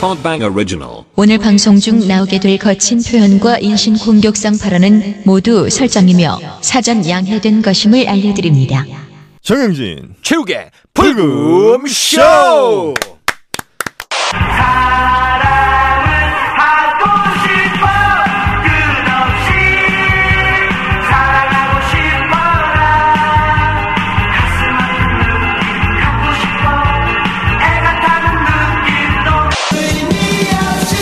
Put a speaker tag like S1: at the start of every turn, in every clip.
S1: Podbang Original.
S2: 오늘 방송 중 나오게 될 거친 표현과 인신 공격성 발언은 모두 설정이며 사전 양해된 것임을 알려드립니다.
S3: 정영진
S4: 최욱의 불금쇼!
S5: 하고 싶어 끝없이 사랑하고 싶어라 가슴 아픈 느낌 갖고 싶어 애가 타는 느낌 너 의미 없이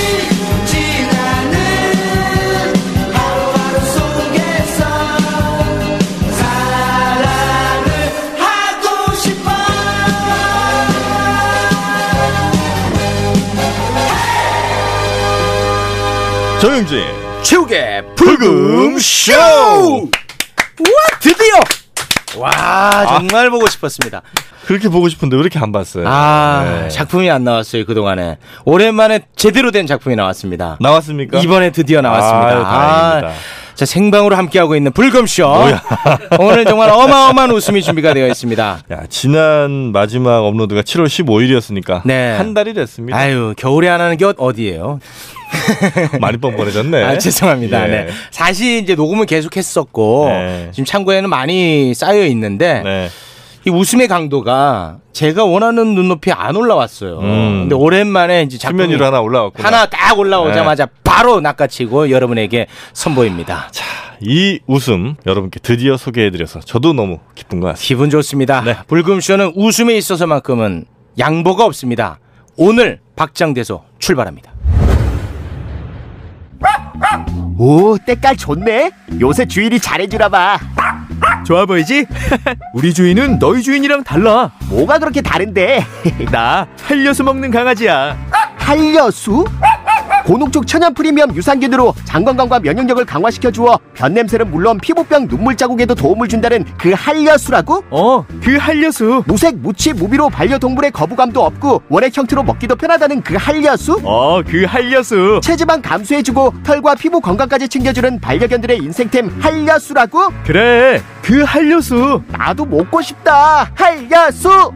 S5: 지나는 하루하루 속에서 사랑을 하고 싶어
S3: 정영진
S4: 최욱의 불금쇼! 와, 드디어! 와,
S3: 아.
S4: 정말 보고 싶었습니다.
S3: 그렇게 보고 싶은데 왜 이렇게 안 봤어요?
S4: 아,
S3: 네.
S4: 작품이 안 나왔어요, 그동안에. 오랜만에 제대로 된 작품이 나왔습니다.
S3: 나왔습니까?
S4: 이번에 드디어
S3: 아유,
S4: 나왔습니다.
S3: 다행입니다.
S4: 자, 생방으로 함께하고 있는 불금쇼. 오늘 정말 어마어마한 웃음이 준비가 되어 있습니다.
S3: 야, 지난 마지막 업로드가 7월 15일이었으니까
S4: 네.
S3: 한 달이 됐습니다.
S4: 아유, 겨울에 안 하는 게 어- 어디예요?
S3: 많이 뻔뻔해졌네.
S4: 아, 죄송합니다.
S3: 예.
S4: 네. 사실 이제 녹음은 계속했었고
S3: 네.
S4: 지금 창고에는 많이 쌓여 있는데
S3: 네.
S4: 이 웃음의 강도가 제가 원하는 눈높이 안 올라왔어요.
S3: 음.
S4: 근데 오랜만에 이제 작품이
S3: 면위로 하나 올라왔구나.
S4: 하나 네. 딱 올라오자마자 바로 낚아치고 여러분에게 선보입니다.
S3: 이 웃음 여러분께 드디어 소개해드려서 저도 너무 기쁜 것 같습니다.
S4: 기분 좋습니다. 불금쇼는 웃음에 있어서만큼은 양보가 없습니다. 오늘 박장대소 출발합니다.
S6: 오, 때깔 좋네. 요새 주인이 잘해주나 봐.
S7: 좋아 보이지? 우리 주인은 너희 주인이랑 달라.
S6: 뭐가 그렇게 다른데?
S7: 나 살려서 먹는 강아지야.
S6: 한려수? 고농축 천연 프리미엄 유산균으로 장건강과 면역력을 강화시켜 주어 변 냄새는 물론 피부병 눈물 자국에도 도움을 준다는 그 한려수라고?
S7: 어, 그 한려수.
S6: 무색 무취 무비로 반려동물의 거부감도 없고 원액 형태로 먹기도 편하다는 그 한려수?
S7: 어, 그 한려수.
S6: 체지방 감소해주고 털과 피부 건강까지 챙겨주는 반려견들의 인생템 한려수라고?
S7: 그래, 그 한려수.
S6: 나도 먹고 싶다. 한려수!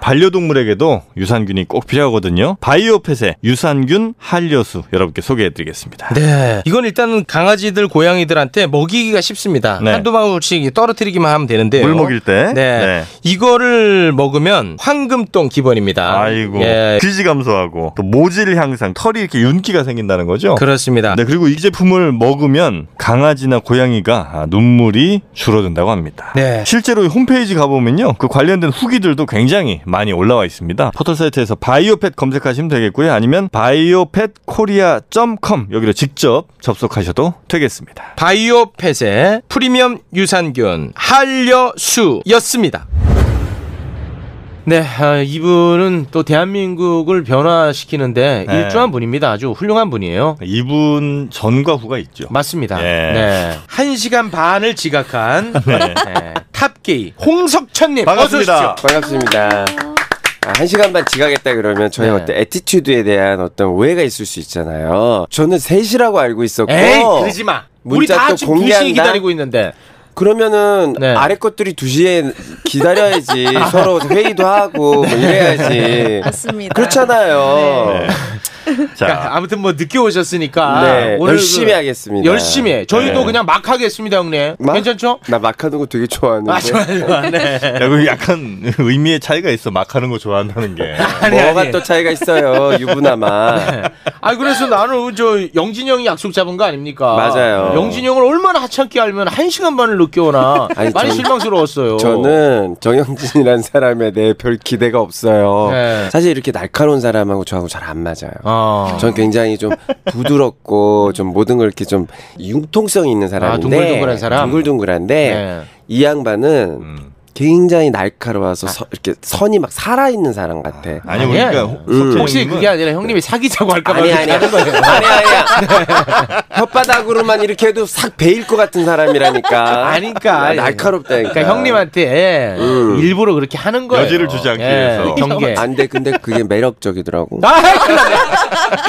S3: 반려동물에게도 유산균이 꼭 필요하거든요. 바이오펫의 유산균 한려수 여러분께 소개해드리겠습니다.
S4: 네. 이건 일단은 강아지들, 고양이들한테 먹이기가 쉽습니다.
S3: 네.
S4: 한두 방울씩 떨어뜨리기만 하면 되는데요.
S3: 물 먹일 때.
S4: 네. 이거를 먹으면 황금똥 기본입니다.
S3: 아이고
S4: 예.
S3: 귀지 감소하고 또 모질 향상 털이 이렇게 윤기가 생긴다는 거죠.
S4: 그렇습니다.
S3: 네 그리고 이 제품을 먹으면 강아지나 고양이가 아, 눈물이 줄어든다고 합니다.
S4: 네.
S3: 실제로 이 홈페이지 가보면요 그 관련된 후기들도 굉장히 많이 올라와 있습니다. 포털 사이트에서 바이오펫 검색하시면 되겠고요 아니면 바이오펫코리아.com 여기로 직접 접속하셔도 되겠습니다.
S4: 바이오펫의 프리미엄 유산균 한려수였습니다. 네, 아, 이분은 또 대한민국을 변화시키는데
S3: 네.
S4: 일조한 분입니다. 아주 훌륭한 분이에요.
S3: 이분 전과 후가 있죠.
S4: 맞습니다.
S3: 예.
S4: 네. 한 시간 반을 지각한 네, 탑게이 홍석천님 어서 오십시오.
S3: 반갑습니다.
S8: 반갑습니다. 아, 한 시간 반 지각했다 그러면 저희
S4: 네.
S8: 어떤 에티튜드에 대한 어떤 오해가 있을 수 있잖아요. 저는 셋이라고 알고 있었고
S4: 에이 그러지 마. 우리
S8: 문자
S4: 다
S8: 또
S4: 지금 2시
S8: 공개한다?
S4: 기다리고 있는데.
S8: 그러면은
S4: 네.
S8: 아래 것들이 2시에 기다려야지 서로 회의도 하고 뭐 이래야지.
S9: 맞습니다.
S8: 그렇잖아요.
S3: 네.
S4: 그러니까
S3: 자
S4: 아무튼 뭐 늦게 오셨으니까
S8: 네,
S4: 오늘
S8: 열심히
S4: 그-
S8: 하겠습니다.
S4: 열심히 해. 저희도
S3: 네.
S4: 그냥 막 하겠습니다, 형님.
S8: 막?
S4: 괜찮죠?
S8: 나 막하는 거 되게 좋아하는데.
S4: 아, 좋아요. 네.
S3: 야, 그거 약간 의미의 차이가 있어 막 하는 거 좋아한다는 게.
S4: 아니,
S8: 뭐가
S4: 아니.
S8: 또 차이가 있어요. 유부남아.
S4: 아 그래서 나는 저 영진 형이 약속 잡은 거 아닙니까?
S8: 맞아요.
S4: 영진 형을 얼마나 하찮게 알면 한 시간 반을 늦게 오나
S8: 아니,
S4: 많이
S8: 저는-
S4: 실망스러웠어요.
S8: 저는 정영진이라는 사람에 대해 별 기대가 없어요.
S4: 네.
S8: 사실 이렇게 날카로운 사람하고 저하고 잘 안 맞아요.
S4: 아,
S8: 전 굉장히 좀 부드럽고 좀 모든 걸 이렇게 좀 융통성 있는 사람인데
S4: 아, 둥글둥글한 사람?
S8: 둥글둥글한데
S4: 네.
S8: 이 양반은
S3: 음.
S8: 굉장히 날카로워서 서- 이렇게 선이 막 살아 있는 사람 같아.
S3: 아니
S4: 아. 아니야.
S3: 그러니까
S8: 음.
S4: 혹시 그게 아니라 형님이 사귀자고 할까 봐
S8: 아니 아니야.
S4: 그러니까 그렇게 하는 거예요.
S8: 아니 아니야. 혓바닥으로만 이렇게 해도 싹 베일 것 같은 사람이라니까.
S4: 아니까.
S8: 날카롭다니까.
S4: 그러니까 형님한테
S8: 음.
S4: 일부러 그렇게 하는 거예요.
S3: 여지를 주지 않기 위해서.
S4: 경계.
S8: 안 돼. 근데 그게 매력적이더라고.
S4: 아, 큰일 났네.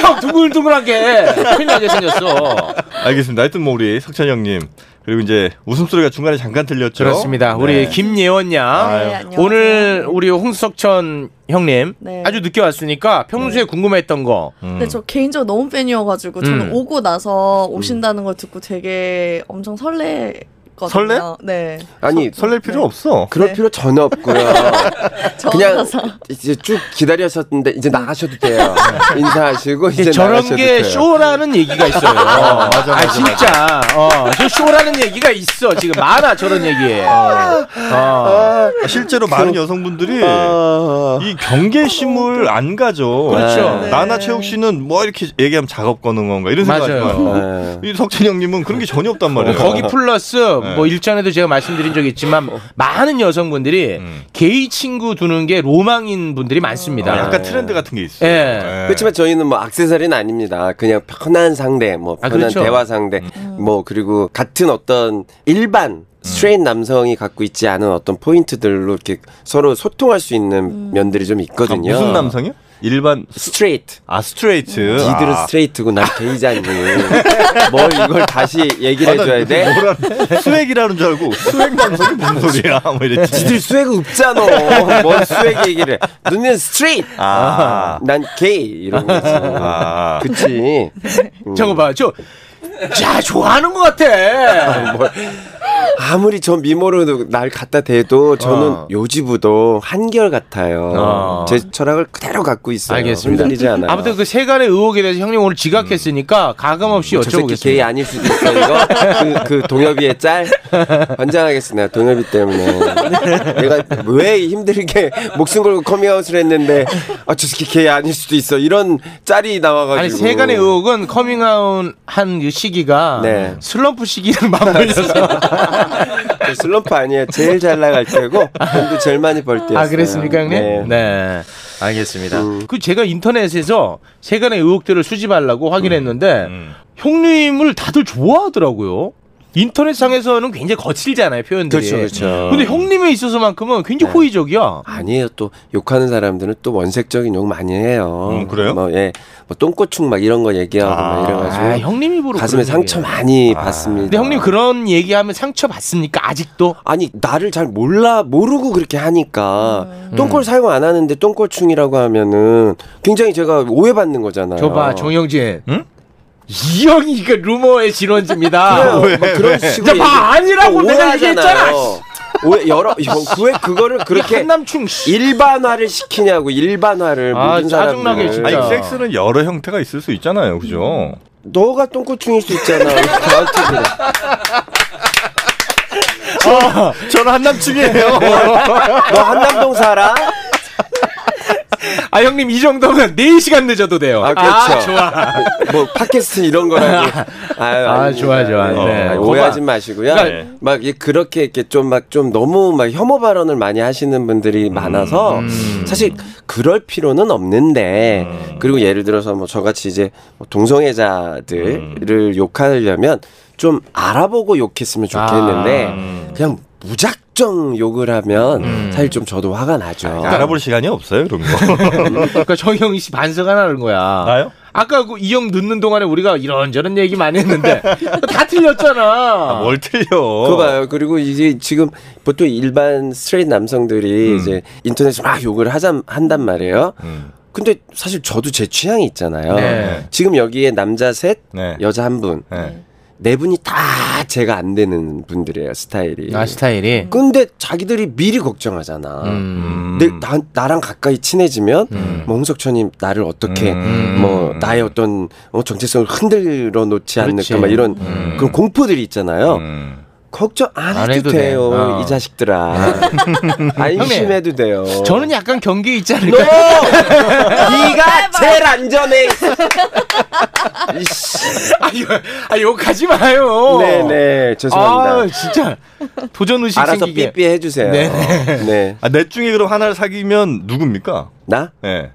S4: 형, 둥글둥글하게. 큰일 나게 생겼어.
S3: 알겠습니다. 하여튼 뭐 우리 석찬 형님 그리고 이제 웃음소리가 중간에 잠깐 들렸죠.
S4: 그렇습니다. 어? 우리
S3: 네.
S4: 김예원
S3: 아유.
S1: 네,
S4: 양.
S1: 안녕하세요.
S4: 오늘 우리 홍석천 형님
S1: 네.
S4: 아주 늦게 왔으니까
S8: 네.
S4: 평소에 궁금했던 거
S1: 근데 저 개인적으로 너무 팬이어가지고 저는
S4: 음.
S1: 오고 나서 오신다는 걸 듣고 되게 엄청 설레거든요.
S3: 설레?
S1: 네.
S8: 아니
S3: 설렐 필요 없어.
S8: 그럴
S1: 네.
S8: 필요 전혀 없고요.
S1: 저
S8: 그냥
S1: 혼자서.
S8: 이제 쭉 기다리셨는데 이제 나가셔도 돼요. 인사하시고 이제,
S3: 네,
S4: 이제 저런
S8: 나가셔도
S4: 게
S8: 돼요.
S4: 쇼라는 얘기가 있어요. 아 진짜. 어, 저 쇼라는 얘기가 있어. 지금 많아 저런 얘기에. 어.
S3: 아, 실제로 많은 여성분들이
S8: 아,
S3: 이 경계심을 안 가죠.
S4: 아, 그렇죠.
S3: 네. 나나 최욱 씨는 뭐 이렇게 얘기하면 작업 거는 건가 이런 생각이
S4: 맞아요.
S3: 들어요.
S8: 네.
S3: 이 석진 형님은 그런 게 전혀 없단 말이에요.
S4: 거기 플러스 뭐 일전에도 제가 말씀드린 적이 있지만
S8: 어.
S4: 많은 여성분들이
S8: 음.
S4: 게이 친구 두는 게 로망인 분들이 많습니다.
S3: 아, 약간 트렌드 같은 게 있어요.
S4: 예.
S3: 예.
S8: 그렇지만 저희는 뭐 악세사리는 아닙니다. 그냥 편한 상대, 뭐
S4: 아,
S8: 편한
S4: 그렇죠.
S8: 대화 상대,
S1: 음.
S8: 뭐 그리고 같은 어떤
S4: 음.
S8: 일반 스트레인 남성이 갖고 있지 않은 어떤 포인트들로 이렇게 서로 소통할 수 있는
S1: 음.
S8: 면들이 좀
S3: 아,
S4: 그러니까
S8: 있거든요.
S3: 무슨 남성이요? 일반
S8: 스트레이트.
S3: 아 스트레이트.
S8: 니들은
S3: 아.
S8: 스트레이트고 난 게이잖니. 뭘 이걸 다시 얘기를 해줘야 돼?
S3: 뭐라 수액이라는 줄 알고 수액 남성이 무슨 소리야? 뭐 이랬지.
S8: 니들 수액 없잖아. 뭔 수액 얘기를 해. 너는 스트레이트.
S3: 아.
S8: 난 게이. 이런 거지.
S3: 아.
S8: 그치.
S4: 네.
S8: 음.
S4: 저거 봐. 아, 저, 자, 좋아하는 것
S8: 네.
S4: 같아.
S8: 아무리 전 미모로도 날 갖다 대도 저는
S4: 어.
S8: 요지부도 한결 같아요.
S4: 어.
S8: 제 철학을 그대로 갖고 있어요.
S4: 알겠습니다.
S8: 흔들리지 않아요.
S4: 아무튼 그 세간의 의혹에 대해서 형님 오늘 지각했으니까 가감없이
S8: 음. 저 새끼
S4: 여쭤보겠습니다.
S8: 게이 아닐 수도 있어 이거 그, 그 동엽이의 짤 환장하겠습니다 동엽이 때문에 내가 왜 힘들게 목숨 걸고 커밍아웃을 했는데 아 저 새끼 게이 아닐 수도 있어 이런 짤이 나와가지고
S4: 아니 세간의 의혹은 커밍아웃 한그 시기가
S8: 네.
S4: 슬럼프 시기랑 맞물려서
S8: 저 슬럼프 아니에요 제일 잘 나갈 때고 돈도 제일 많이 벌 때였어요
S4: 아 그랬습니까 형님? 네, 알겠습니다. 그 제가 인터넷에서 세간의 의혹들을 수집하려고 확인했는데 형님을 다들 좋아하더라고요. 인터넷상에서는 굉장히 거칠잖아요 표현들이.
S8: 그렇죠, 그렇죠.
S4: 근데 형님에 있어서만큼은 굉장히 호의적이야.
S8: 아니에요. 또 욕하는 사람들은 또 원색적인 욕 많이 해요.
S3: 음, 그래요?
S8: 뭐 예, 뭐 똥꼬충 막 이런 거 얘기하고 막 이래가지고
S4: 아, 형님 입으로
S8: 가슴에
S4: 그런
S8: 상처
S4: 얘기예요. 아.
S8: 많이 받습니다.
S4: 근데 형님 그런 얘기하면 상처 받습니까 아직도?
S8: 아니 나를 잘 몰라 모르고 그렇게 하니까 똥꼬를 사용 안 하는데 똥꼬충이라고 하면은 굉장히 제가 오해받는 거잖아요.
S4: 저봐 정영진. 이 형이 이거 루머의 진원지입니다.
S8: 그래요. 뭐 그런 식으로
S4: 이제 봐, 아, 아니라고
S8: 또
S4: 내가
S8: 오해하잖아요.
S4: 얘기했잖아,
S8: 오해 여러 왜 그거를 그렇게
S4: 한남충 씨.
S8: 일반화를 시키냐고 일반화를
S4: 아,
S8: 모든 사람
S4: 짜증나게 진짜.
S3: 아니 섹스는 여러 형태가 있을 수 있잖아요,
S4: 음.
S3: 그죠?
S8: 너가 똥꼬충일 수 있잖아. 왜 나한테 그래.
S3: 저는 한남충이에요.
S8: 너 한남동 살아?
S4: 아 형님 이 정도면 4시간 늦어도 돼요.
S8: 아, 그렇죠.
S4: 좋아.
S8: 뭐 팟캐스트 이런 거라고. 아유,
S4: 아,
S8: 아닙니다.
S4: 좋아, 좋아. 네.
S8: 아니, 오해하지
S4: 거봐.
S8: 마시고요.
S4: 그러니까-
S8: 막 이- 그렇게 이렇게 좀 막 좀 너무 막 혐오 발언을 많이 하시는 분들이
S4: 음,
S8: 많아서 사실 그럴 필요는 없는데
S4: 음.
S8: 그리고 예를 들어서 뭐 저같이 이제 뭐
S4: 음.
S8: 동성애자들을 욕하려면 좀 알아보고 욕했으면 좋겠는데
S4: 아.
S8: 그냥 무작정 욕을 하면
S4: 음.
S8: 사실 좀 저도 화가 나죠.
S3: 알아볼 시간이 없어요, 그런 거.
S4: 그러니까 정영희 씨 반성하라는 거야.
S3: 나요?
S4: 아까 그 이 형 늦는 동안에 우리가 이런저런 얘기 많이 했는데 다 틀렸잖아.
S3: 뭘 틀려?
S8: 그거 봐요. 그리고 이제 지금 보통 일반 스트레이트
S3: 음.
S8: 남성들이 이제 인터넷에 막 욕을 하자 한단 말이에요. 근데 사실 저도 제 취향이 있잖아요.
S4: 네.
S8: 지금 여기에 남자 셋,
S3: 네.
S8: 여자 한 분,
S4: 음.
S3: 네.
S8: 네 분이 다 제가 안 되는 분들이에요 스타일이.
S4: 아 스타일이.
S8: 근데 자기들이 미리 걱정하잖아.
S4: 음.
S8: 내, 나, 나랑 가까이 친해지면 뭐 홍석천이 나를 어떻게 뭐 나의 어떤 어, 정체성을 흔들어 놓지
S4: 그렇지. 음.
S8: 않을까 막 이런 그런 공포들이 있잖아요.
S3: 음.
S8: 걱정 안,
S4: 안 해도
S8: 해도,
S4: 돼.
S8: 돼요
S4: 어. 음.
S8: 이 자식들아 안심해도 돼요
S4: 저는 약간 경계 있지
S8: 너!
S4: 않을까?
S8: 네가 제일 안전해
S4: 아유, 아 욕하지 마요.
S8: 네.
S4: 어.
S8: 네네
S4: 아
S8: 죄송합니다
S4: 진짜 도전 의식
S8: 알아서
S4: 생기게.
S8: 삐삐 해주세요
S4: 네네.
S8: 네.
S3: 아, 넷 중에 그럼 하나를 사귀면 누굽니까?
S8: 나?
S3: 예.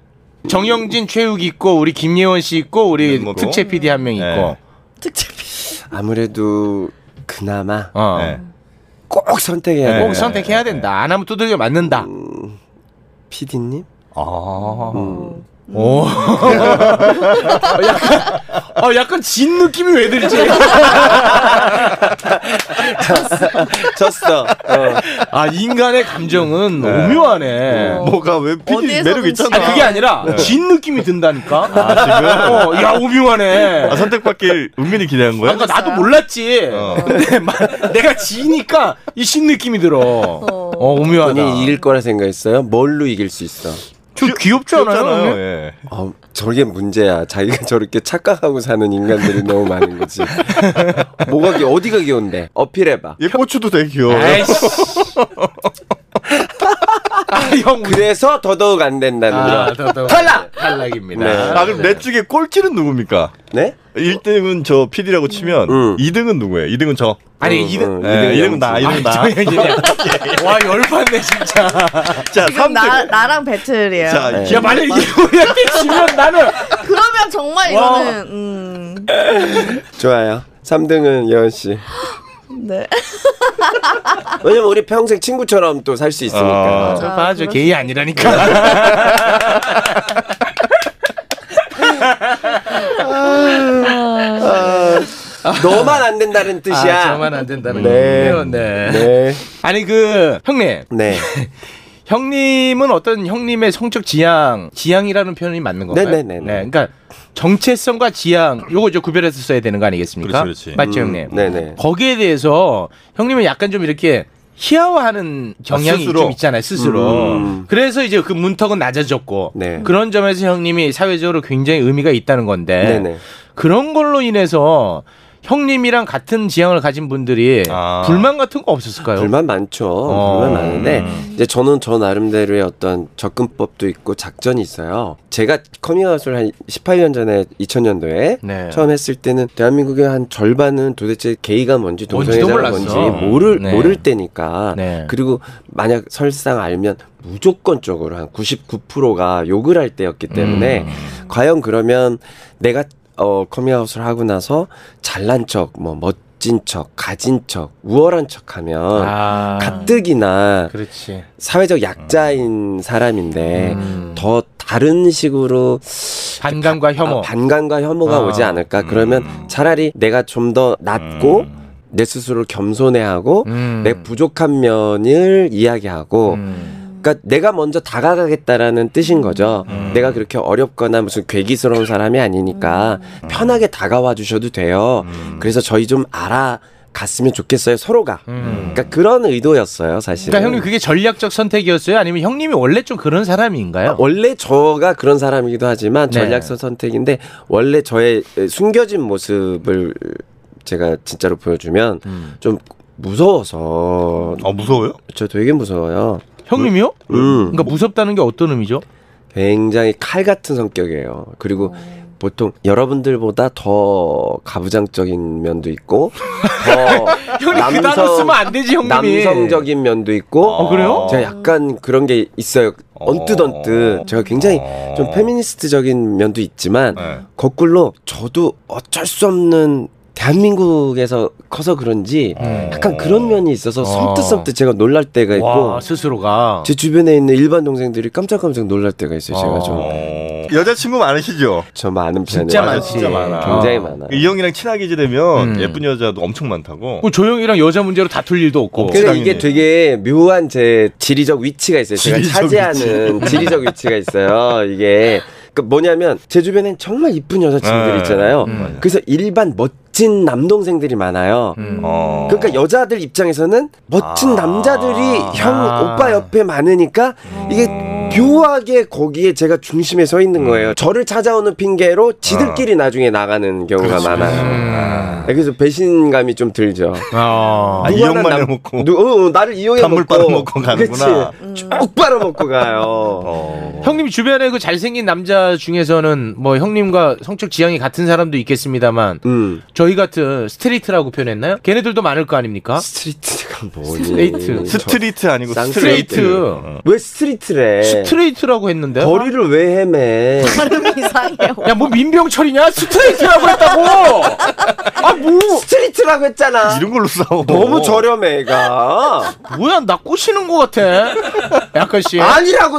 S4: 정영진, 최욱 있고 우리 김예원 씨 있고
S8: 네,
S4: 우리
S3: 뭐고?
S4: 특채 PD 한 명 있고.
S3: 네.
S8: 아무래도 그나마
S4: 어.
S3: 예.
S8: 꼭 선택해야
S4: 꼭
S8: 돼요 네. 음.
S4: 선택해야 된다. 안 하면 두들겨 맞는다.
S8: 피디님?
S3: 아.
S8: 음.
S4: 오. 어, 약간, 어, 약간 진 느낌이 왜 들지?
S8: 졌어. 어.
S4: 아, 인간의 감정은
S8: 네.
S4: 오묘하네.
S1: 어.
S3: 뭐가 왜 PD
S1: 어디에서든
S3: 매력 있잖아.
S4: 아, 그게 아니라
S8: 네.
S4: 진 느낌이 든다니까.
S3: 아,
S4: 어, 야 오묘하네.
S3: 아, 선택받길 은근히 기대한 거야?
S4: 아까 그러니까 나도 몰랐지.
S3: 어.
S4: 근데 마- 내가 지니까 이 신 느낌이 들어. 어, 오묘하다.
S8: 본인이 이길 거라 생각했어요? 뭘로 이길 수 있어?
S4: 좀 귀엽지 않아요?
S3: 귀엽잖아요.
S4: 형님?
S3: 예.
S8: 어, 저게 문제야. 자기가 저렇게 착각하고 사는 인간들이 너무 많은 거지. 뭐가 귀 어디가 귀여운데? 어필해봐.
S3: 얘 고추도 되게 귀여워.
S4: 아이씨. 아, 형. 우리-
S8: 그래서 더더욱 안 된다는
S4: 아,
S8: 거야.
S4: 더, 더,
S8: 네. 탈락!
S4: 탈락입니다.
S8: 네.
S3: 아, 그럼 내 쪽에 꼴찌는 누굽니까?
S8: 네?
S3: 1등은 저 PD라고 치면
S8: 음. 2등은
S3: 2등은 누구예요? 2등은 저.
S4: 아니,
S8: 음,
S4: 이등
S8: 음,
S3: 예, 2등은 나, 2등은
S8: 영수.
S3: 나.
S4: 아, 이제- 와, 열받네, 진짜.
S3: 자,
S1: 지금
S3: 3등.
S1: 나, 나랑 배틀이에요.
S3: 아, 자,
S8: 네.
S4: 야,
S3: 야,
S4: 만약에 우리한테 지면 나는.
S1: 그러면 정말
S4: 와.
S1: 이거는 음.
S8: 좋아요. 3등은 예원 씨.
S1: 네.
S8: 왜냐면 우리 평생 친구처럼 또 살 수 있으니까.
S3: 아.
S1: 맞아.
S4: 봐줘,
S1: 그럴
S4: 게이 아니라니까.
S8: 너만 안 된다는 뜻이야.
S4: 아, 저만 안 된다는
S8: 네.
S4: 거군요. 네.
S8: 네.
S4: 아니 그 형님,
S8: 네.
S4: 형님은 어떤 형님의 성적 지향, 지향이라는 표현이 맞는 건가요?
S8: 네네네네.
S4: 그러니까 정체성과 지향 요거 좀 구별해서 써야 되는 거 아니겠습니까?
S3: 그렇지, 그렇지.
S4: 맞죠,
S8: 음,
S4: 형님.
S8: 네네.
S4: 거기에 대해서 형님은 약간 좀 이렇게 희화화하는 경향이
S3: 스스로.
S4: 좀 있잖아요, 스스로.
S8: 음.
S4: 그래서 이제 그 문턱은 낮아졌고
S8: 네.
S4: 그런 점에서 형님이 사회적으로 굉장히 의미가 있다는 건데
S8: 네네.
S4: 그런 걸로 인해서 형님이랑 같은 지향을 가진 분들이
S3: 아.
S4: 불만 같은 거 없었을까요?
S8: 불만 많죠.
S4: 어.
S8: 불만 많은데 이제 저는 저 나름대로의 어떤 접근법도 있고 작전이 있어요. 제가 커밍아웃을 한 18년 전에 2000년도에
S4: 네.
S8: 처음 했을 때는 대한민국의 한 절반은 도대체 게이가 뭔지
S4: 뭔지도
S8: 동성애자가 뭔지
S4: 몰랐어.
S8: 모를
S4: 네.
S8: 모를 때니까
S4: 네.
S8: 그리고 만약 설상 알면 무조건적으로 한 99%가 욕을 할 때였기 때문에
S4: 음.
S8: 과연 그러면 내가 어 커밍아웃을 하고 나서 잘난 척 뭐 멋진 척 가진 척 우월한 척하면
S4: 아,
S8: 가뜩이나
S4: 그렇지.
S8: 사회적 약자인 사람인데
S4: 음.
S8: 더 다른 식으로
S4: 반감과 혐오.
S8: 아, 반감과 혐오가
S4: 아, 음.
S8: 오지 않을까 그러면 차라리 내가 좀 더 낫고 내 스스로를 겸손해하고
S4: 음.
S8: 내 부족한 면을 이야기하고
S4: 음.
S8: 그러니까 내가 먼저 다가가겠다라는 뜻인 거죠. 내가 그렇게 어렵거나 무슨 괴기스러운 사람이 아니니까
S4: 음.
S8: 편하게 다가와 주셔도 돼요. 그래서 저희 좀 알아갔으면 좋겠어요 서로가. 그러니까 그런 의도였어요
S4: 음.
S8: 사실.
S4: 그러니까 형님 그게 전략적 선택이었어요? 아니면 형님이 원래 좀 그런 사람인가요?
S8: 아, 원래 저가 그런 사람이기도 하지만
S4: 네.
S8: 전략선 선택인데 원래 저의 숨겨진 모습을 제가 진짜로 보여주면
S4: 음.
S8: 좀 무서워서
S3: 아, 무서워요?
S8: 저 되게 무서워요.
S4: 형님이요?
S8: 음.
S4: 그러니까 무섭다는 게 어떤 의미죠?
S8: 굉장히 칼 같은 성격이에요. 그리고
S4: 어.
S8: 보통 여러분들보다 더 가부장적인 면도 있고 더
S4: 형님 그 단어 쓰면 안 되지 형님이.
S8: 남성적인 면도 있고
S4: 어, 그래요?
S8: 제가 약간 그런 게 있어요. 언뜻
S4: 어.
S8: 언뜻 제가 굉장히 좀 페미니스트적인 면도 있지만
S3: 네.
S8: 거꾸로 저도 어쩔 수 없는 대한민국에서 커서 그런지 약간 그런 면이 있어서 섬뜩섬뜩 제가 놀랄 때가 있고
S4: 음. 와 스스로가.
S8: 제 주변에 있는 일반 동생들이 깜짝깜짝 놀랄 때가 있어요. 제가 좀
S3: 어. 여자친구 많으시죠?
S8: 저 많은 편이에요. 예,
S4: 진짜 많지.
S3: 진짜 많아.
S8: 굉장히
S4: 아.
S8: 많아요.
S3: 이 형이랑 친하게 지내면
S4: 음.
S3: 예쁜 여자도 엄청 많다고.
S4: 그 조용이랑 여자 문제로 다툴 일도 없고.
S3: 없지.
S8: 근데
S3: 당연히.
S8: 이게 되게 묘한 제 지리적 위치가 있어요. 제가
S3: 지리적
S8: 차지하는 지리적 위치가 있어요. 이게 그 뭐냐면 제 주변엔 정말 이쁜 여자친구들 이
S3: 네.
S8: 있잖아요.
S4: 음.
S8: 그래서 일반 멋진 남동생들이 많아요.
S4: 음.
S3: 어.
S8: 그러니까 여자들 입장에서는 멋진
S3: 아.
S8: 남자들이 형
S4: 아.
S8: 오빠 옆에 많으니까 이게
S3: 음.
S8: 묘하게 거기에 제가 중심에 서 있는 거예요. 저를 찾아오는 핑계로
S3: 어.
S8: 지들끼리 나중에 나가는 경우가
S3: 그렇죠.
S8: 많아요. 네,
S4: 음.
S8: 그래서 배신감이 좀 들죠.
S4: 어.
S3: 아,
S8: 누구 하나
S3: 이용만
S8: 남-
S3: 해먹고.
S8: 누, 어, 어, 나를 이용해
S3: 단물
S8: 먹고
S3: 빨아먹고 가는구나. 음.
S8: 그치. 쭉 빨아먹고 가요.
S3: 어.
S4: 형님 주변에 그 잘생긴 남자 중에서는 뭐 형님과 성적 지향이 같은 사람도 있겠습니다만
S8: 음.
S4: 저희 같은 스트레이트라고 표현했나요? 걔네들도 많을 거 아닙니까?
S8: 스트리트가 뭐니?
S4: 스트레이트.
S8: 저-
S3: 스트리트 아니고
S8: 쌍-
S4: 스트레이트.
S3: 스트레이트. 어.
S8: 왜 스트리트래?
S4: 스트레이트라고 했는데.
S8: 거리를 왜 헤매?
S1: 발음이 이상해요.
S4: 야, 뭐 민병철이냐? 스트레이트라고 했다고!
S8: 아, 뭐! 스트리트라고 했잖아.
S3: 이런 걸로 싸워.
S8: 너무 저렴해, 얘가.
S4: 뭐야, 나 꼬시는 것 같아. 약간씩.
S8: 아니라고,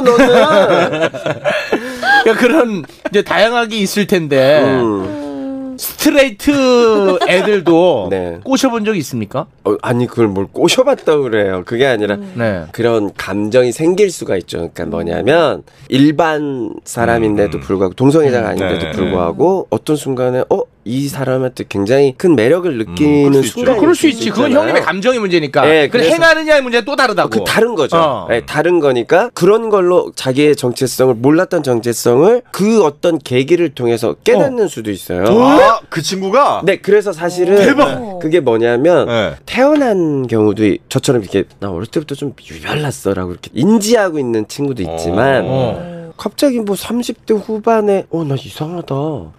S8: 너는.
S4: 야, 그런, 이제 다양하게 있을 텐데.
S8: 음.
S4: 스트레이트 애들도
S8: 네.
S4: 꼬셔본 적 있습니까?
S8: 어, 아니, 그걸 뭘 꼬셔봤다 그래요. 그게 아니라.
S4: 네.
S8: 그런 감정이 생길 수가 있죠. 그러니까 뭐냐면 일반 사람인데도
S4: 음,
S8: 불구하고 동성애자가 아닌데도
S3: 네.
S8: 불구하고 어떤 순간에 어 이 사람한테 굉장히 큰 매력을
S3: 음,
S8: 느끼는
S3: 그럴 수 있죠.
S8: 순간
S4: 그럴 수 있지. 그건 형님의 감정의 문제니까.
S8: 네,
S4: 그래
S8: 그래서-
S4: 행하느냐의 문제는 또 다르다고.
S8: 그 다른 거죠.
S4: 어.
S8: 네, 다른 거니까 그런 걸로 자기의 정체성을 몰랐던 정체성을 그 어떤 계기를 통해서 깨닫는 수도 있어요.
S3: 아, 그 친구가
S8: 네, 그래서 사실은 그게 뭐냐면
S3: 네.
S8: 태어난 경우도 이- 저처럼 이렇게 나 어릴 때부터 좀 유별났어라고 이렇게 인지하고 있는 친구도 있지만
S4: 어.
S8: 갑자기 뭐 30대 후반에 어 나 이상하다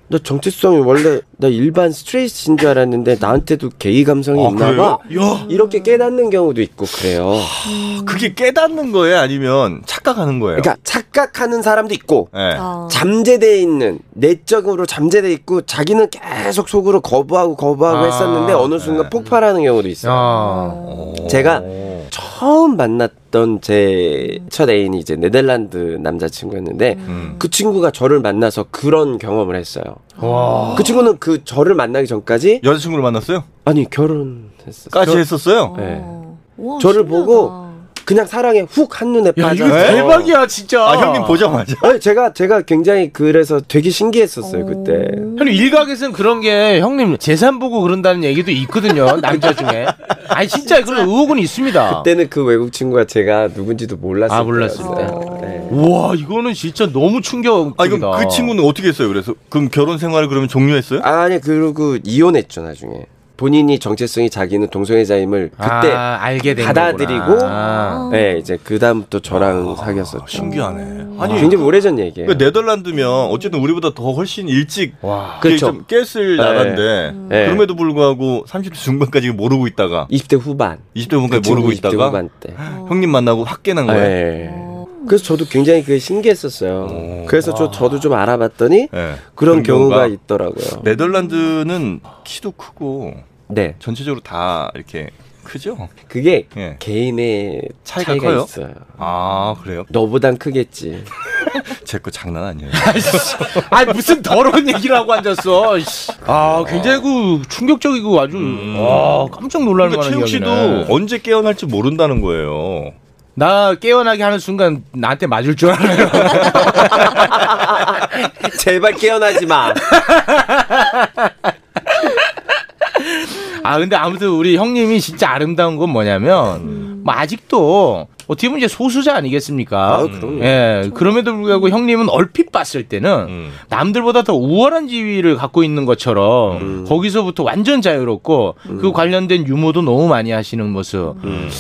S8: 나 정체성이 원래 나 일반 스트레이트인 줄 알았는데 나한테도 게이 감성이
S3: 아,
S8: 있나
S3: 그래요?
S8: 봐
S3: 야,
S8: 이렇게 깨닫는 경우도 있고 그래요
S3: 그게 깨닫는 거예요, 아니면 착각하는 거예요?
S8: 그러니까 착각하는 사람도 있고
S3: 네.
S1: 아.
S8: 잠재돼 있는 내적으로 잠재돼 있고 자기는 계속 속으로 거부하고 거부하고
S4: 아,
S8: 했었는데 어느 순간 폭발하는 경우도 있어요
S4: 아.
S8: 제가 처음 만났던 제 첫 애인이 이제 네덜란드 남자친구였는데
S3: 음.
S8: 그 친구가 저를 만나서 그런 경험을 했어요.
S4: 와.
S8: 그 친구는 그 저를 만나기 전까지
S3: 여자친구를 만났어요?
S8: 아니 결혼했었어요.
S3: 까지 했었어요?
S8: 네.
S1: 우와,
S8: 저를
S1: 신기하다.
S8: 보고 그냥 사랑에 훅 한눈에
S4: 야, 이거
S8: 빠져.
S4: 대박이야, 진짜.
S3: 네? 아, 형님 보자마자.
S8: 아니 제가 제가 굉장히 그래서 되게 신기했었어요 그때.
S4: 형님 일각에서는 그런 게 형님 재산 보고 그런다는 얘기도 있거든요 남자 중에 아니 진짜 그런 의혹은 있습니다
S8: 그때는 그 외국 친구가 제가 누군지도 몰랐어요. 네.
S4: 아, 몰랐을
S1: 때.
S4: 우와 이거는 진짜 너무 충격적이다
S3: 아, 그럼 그 친구는 어떻게 했어요? 그래서 그럼 결혼 생활을 그러면 종료했어요?
S8: 아니 그리고 이혼했죠 나중에. 본인이 정체성이 자기는 동성애자임을 그때
S4: 아, 알게 된
S8: 받아들이고
S4: 거구나. 아.
S8: 네, 이제 그다음부터 저랑 사귀었었죠.
S3: 아, 신기하네.
S8: 아니, 굉장히 오래전 얘기예요.
S3: 그러니까 네덜란드면 어쨌든 우리보다 더 훨씬 일찍
S4: 와
S3: 그게
S8: 그렇죠.
S3: 좀 깼을
S8: 네.
S3: 나라인데
S8: 네.
S3: 그럼에도 불구하고 30대 중반까지 모르고 있다가
S8: 20대 후반.
S3: 20대 후반까지
S8: 그 친구
S3: 모르고
S8: 20대
S3: 있다가
S8: 후반 때.
S3: 형님 만나고 확 깨난 거예요.
S8: 네. 그래서 저도 굉장히 그게 신기했었어요.
S3: 오.
S8: 그래서 저, 저도 좀 알아봤더니
S3: 네. 그런
S8: 그런 경우가
S3: 경우가
S8: 있더라고요. 네.
S3: 네덜란드는 키도 크고 전체적으로 다 이렇게 크죠?
S8: 그게
S3: 예.
S8: 개인의
S3: 차이가
S8: 차이가,
S3: 커요?
S8: 있어요.
S3: 아 그래요?
S8: 너보단 크겠지.
S3: 제 거 장난 아니에요.
S4: 아 무슨 더러운 얘기를 하고 앉았어 씨. 아 굉장히 그 충격적이고 아주 와 깜짝 놀랄
S3: 음. 그러니까
S4: 만한
S3: 채욱 씨도
S4: 이야기네
S3: 언제 깨어날지 모른다는 거예요.
S4: 나 깨어나게 하는 순간 나한테 맞을 줄 알아요
S8: 제발 깨어나지 마.
S4: 아 근데 아무튼 우리 형님이 진짜 아름다운 건 뭐냐면 뭐 아직도 어떻게 보면 이제 소수자 아니겠습니까?
S8: 아유, 그럼요.
S4: 예 그럼에도 불구하고 형님은 얼핏 봤을 때는
S3: 음.
S4: 남들보다 더 우월한 지위를 갖고 있는 것처럼 거기서부터 완전 자유롭고
S8: 음.
S4: 그 관련된 유머도 너무 많이 하시는 모습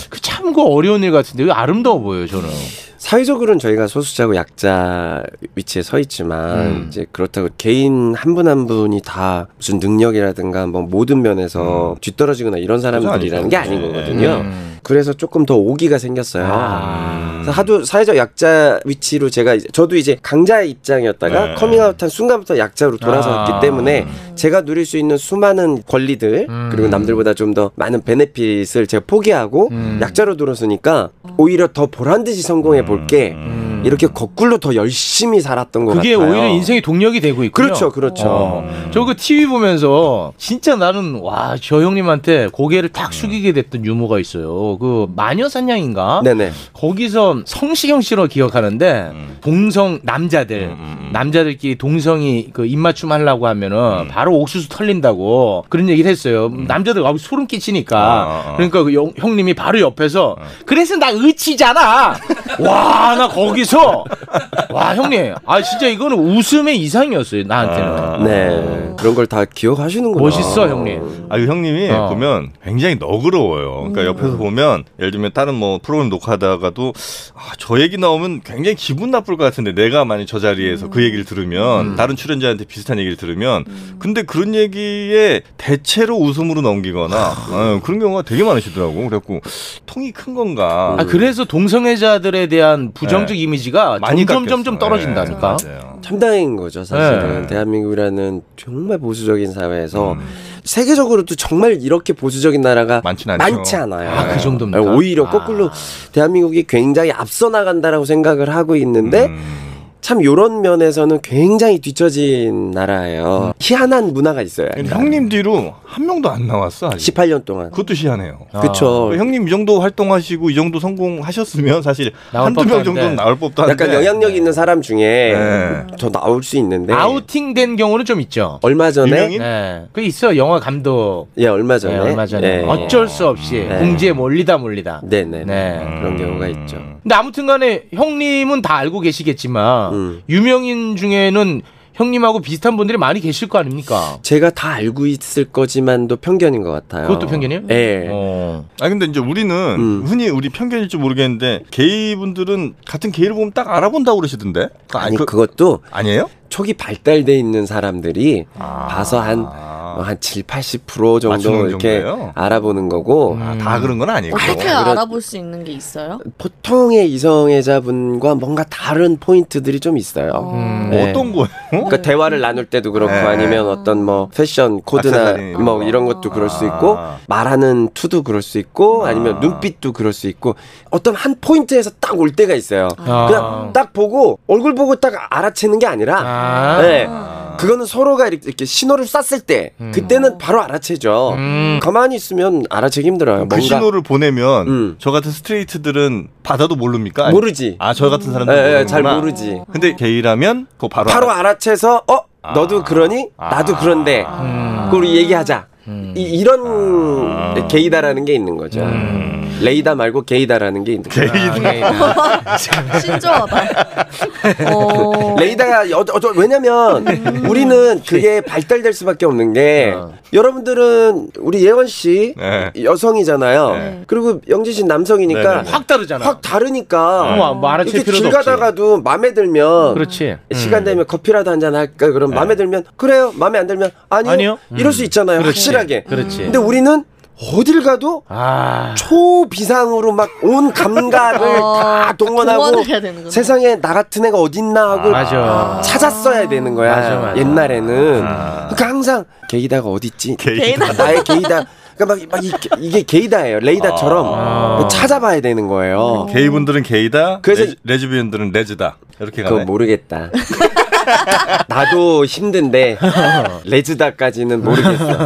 S4: 그 참 그 어려운 일 같은데 왜 아름다워 보여요 저는
S8: 사회적으로는 저희가 소수자고 약자 위치에 서 있지만
S4: 음.
S8: 이제 그렇다고 개인 한 분 한 분이 다 무슨 능력이라든가 뭐 모든 면에서 뒤떨어지거나 이런 사람들이라는 게 아닌
S3: 그건 아니죠.
S8: 거거든요. 그래서 조금 더 오기가 생겼어요. 그래서 하도 사회적 약자 위치로 제가 이제- 저도 이제 강자의 입장이었다가
S3: 네.
S8: 커밍아웃한 순간부터 약자로 돌아섰기
S4: 아.
S8: 때문에 제가 누릴 수 있는 수많은 권리들
S4: 음.
S8: 그리고 남들보다 좀 더 많은 베네핏을 제가 포기하고
S4: 음.
S8: 약자로 돌아서니까 오히려 더 보란 듯이 성공해 볼게 이렇게 거꾸로 더 열심히 살았던 것
S4: 음. 그게
S8: 같아요.
S4: 오히려 인생의 동력이 되고 있군요.
S8: 그렇죠, 그렇죠.
S4: 저 그 TV 보면서 진짜 나는 와 저 형님한테 고개를
S8: 음.
S4: 탁 숙이게 됐던 유머가 있어요. 그 마녀사냥인가?
S8: 네네. 음.
S4: 거기서 성시경 씨로 기억하는데 동성 남자들 남자들끼리 동성이 그 입맞춤 하려고
S8: 음.
S4: 하면은 바로 옥수수 털린다고 그런 얘기를 했어요. 남자들 아 소름 끼치니까
S3: 아, 아.
S4: 그러니까 그 영- 형님이 바로 옆에서 그래서 나 의치잖아. 와 나 거기서 와 형님 아 진짜 이거는 웃음의 이상이었어요 나한테는.
S3: 아.
S8: 네. 그런 걸 다 기억하시는구나.
S4: 아. 멋있어 형님.
S3: 아, 이 형님이
S4: 어. 음.
S3: 보면 굉장히 너그러워요. 그러니까 옆에서 보면 예를 들면 다른 뭐 프로그램 녹화하다가도 아, 저 얘기 나오면 굉장히 기분 나쁠 것 같은데 내가 만약 저 자리에서
S4: 음.
S3: 그 얘기를 들으면 다른 출연자한테 비슷한 얘기를 들으면 근데 그런 얘기에 대체로 웃음으로 넘기거나
S4: 아.
S3: 어, 그런 경우가 되게 많으시더라고. 그래갖고 통이 큰 건가.
S4: 아 그래서 동성애자들에 대한 부정적
S3: 아. 네.
S4: 이미지가
S3: 많이
S4: 점점
S3: 깎였어요.
S4: 점점 떨어진다니까.
S3: 예, 맞아요.
S8: 참다행인 거죠 사실은
S4: 네.
S8: 대한민국이라는 정말 보수적인 사회에서
S3: 음.
S8: 세계적으로도 정말 이렇게 보수적인 나라가
S3: 많진 않죠.
S8: 많지 않아요.
S4: 아, 그 정도입니까?
S8: 아니, 오히려
S4: 아.
S8: 거꾸로 대한민국이 굉장히 앞서 나간다라고 생각을 하고 있는데
S3: 음.
S8: 참 이런 면에서는 굉장히
S4: 음.
S8: 뒤처진 나라예요. 희한한 문화가 있어요. 약간.
S3: 형님
S4: 아.
S3: 뒤로 한 명도 안 나왔어. 아직.
S8: 18년 동안.
S3: 그것도 시한해요.
S4: 아,
S8: 그쵸.
S3: 형님 이 정도 활동하시고 이 정도 성공하셨으면 사실
S4: 나올
S3: 한두
S4: 법도
S3: 명
S4: 한데.
S3: 정도는 나올 법도 한데
S8: 약간 영향력 있는 사람 중에
S3: 네.
S8: 더 나올 수 있는데
S4: 아우팅된 경우는 좀 있죠.
S8: 얼마 전에
S3: 유명인?
S4: 네. 그 있어 영화 감독.
S8: 예 얼마
S4: 네,
S8: 전에
S4: 얼마 전에
S8: 예.
S4: 어쩔 수 없이
S8: 네.
S4: 공지에 몰리다 몰리다.
S8: 네네
S4: 네.
S8: 그런 경우가
S3: 음.
S8: 있죠.
S4: 근데 아무튼간에 형님은 다 알고 계시겠지만
S8: 음.
S4: 유명인 중에는 형님하고 비슷한 분들이 많이 계실 거 아닙니까?
S8: 제가 다 알고 있을 거지만도 편견인 것 같아요.
S4: 그것도 편견이에요?
S8: 예.
S4: 어.
S3: 아 근데 이제 우리는
S8: 음.
S3: 흔히 우리 편견일지 모르겠는데 게이분들은 같은 게이를 보면 딱 알아본다고 그러시던데.
S8: 아니
S3: 그,
S8: 그, 것도
S3: 아니에요?
S8: 초기 발달돼 있는 사람들이
S3: 아.
S8: 봐서
S3: 아.
S8: 한 한 7, 80% 정도
S3: 맞추는
S8: 이렇게
S3: 정도예요?
S8: 알아보는 거고
S3: 아, 다 그런 건 아니고.
S1: 어떻게
S8: 그래.
S1: 알아볼 그렇죠. 수 있는 게 있어요?
S8: 보통의 이성애자분과 뭔가 다른 포인트들이 좀 있어요.
S1: 어.
S8: 네.
S3: 뭐 어떤 거예요?
S4: 음.
S8: 그러니까 대화를 나눌 때도 그렇고
S3: 네.
S8: 아니면 어떤 뭐 패션 코드나
S3: 액세서리 이런
S8: 뭐
S3: 거.
S8: 이런 것도 그럴 수 있고
S3: 아.
S8: 말하는 투도 그럴 수 있고
S3: 아.
S8: 아니면 눈빛도 그럴 수 있고 어떤 한 포인트에서 딱 올 때가 있어요.
S4: 아.
S8: 그냥 딱 보고 얼굴 보고 딱 알아채는 게 아니라
S4: 아.
S8: 네. 그거는 서로가 이렇게 이렇게 신호를 쐈을 때 그때는 바로 알아채죠.
S4: 음.
S8: 가만히 있으면 알아채기 힘들어요.
S3: 그
S8: 뭔가
S3: 신호를 보내면
S8: 음.
S3: 저 같은 스트레이트들은 받아도 모릅니까? 아니-
S8: 모르지.
S3: 아, 저 같은 사람들
S8: 예, 예,
S3: 은
S8: 잘 모르지.
S3: 근데 게이라면 그거 바로
S8: 바로
S3: 알아.
S8: 알아채서 어 너도 그러니 나도 그런데 그 우리 얘기하자. 이, 이런 게이다라는 게 있는 거죠. 레이다 말고 게이다라는 게 있는 거죠.
S1: 신조어다. 어.
S8: 레이다가 여, 어, 저- 왜냐면
S4: 음.
S8: 우리는 그게 발달될 수밖에 없는 게 여러분들은 우리 예원 씨
S3: 어. 네.
S8: 여성이잖아요. 그리고 영진 씨 남성이니까
S3: 네, 네,
S4: 확 다르잖아.
S8: 확 다르니까
S4: 어, 뭐 알아챌
S8: 이렇게
S4: 필요도
S8: 길
S4: 없지.
S8: 가다가도 마음에 들면
S4: 그렇지.
S3: 음.
S8: 시간 되면 커피라도 한 잔 할까 그럼
S3: 네.
S8: 마음에 들면 그래요 마음에 안 들면 아니요,
S4: 아니요. 음.
S8: 이럴 수 있잖아요 확실하게
S4: 그렇지.
S8: 근데 우리는 어딜 가도
S4: 아.
S8: 초비상으로 막 온 감각을
S1: 어,
S8: 다 동원하고
S1: 동원을 해야 되는구나.
S8: 세상에 나 같은 애가 어딨나 하고
S4: 맞아.
S8: 찾았어야 되는 거야
S4: 맞아, 맞아.
S8: 옛날에는 그러니까 항상 게이다가 어딨지 아,
S1: 게이다.
S8: 나의 게이다 그러니까 막, 막 이, 이게 게이다예요 레이다처럼 뭐
S4: 아. 음,
S8: 찾아봐야 되는 거예요
S3: 게이분들은 게이다.
S8: 그래서-
S3: 레즈, 레즈비언들은 레즈다. 이렇게
S8: 그거
S3: 가네.
S8: 모르겠다. 나도 힘든데 레즈다까지는 모르겠어.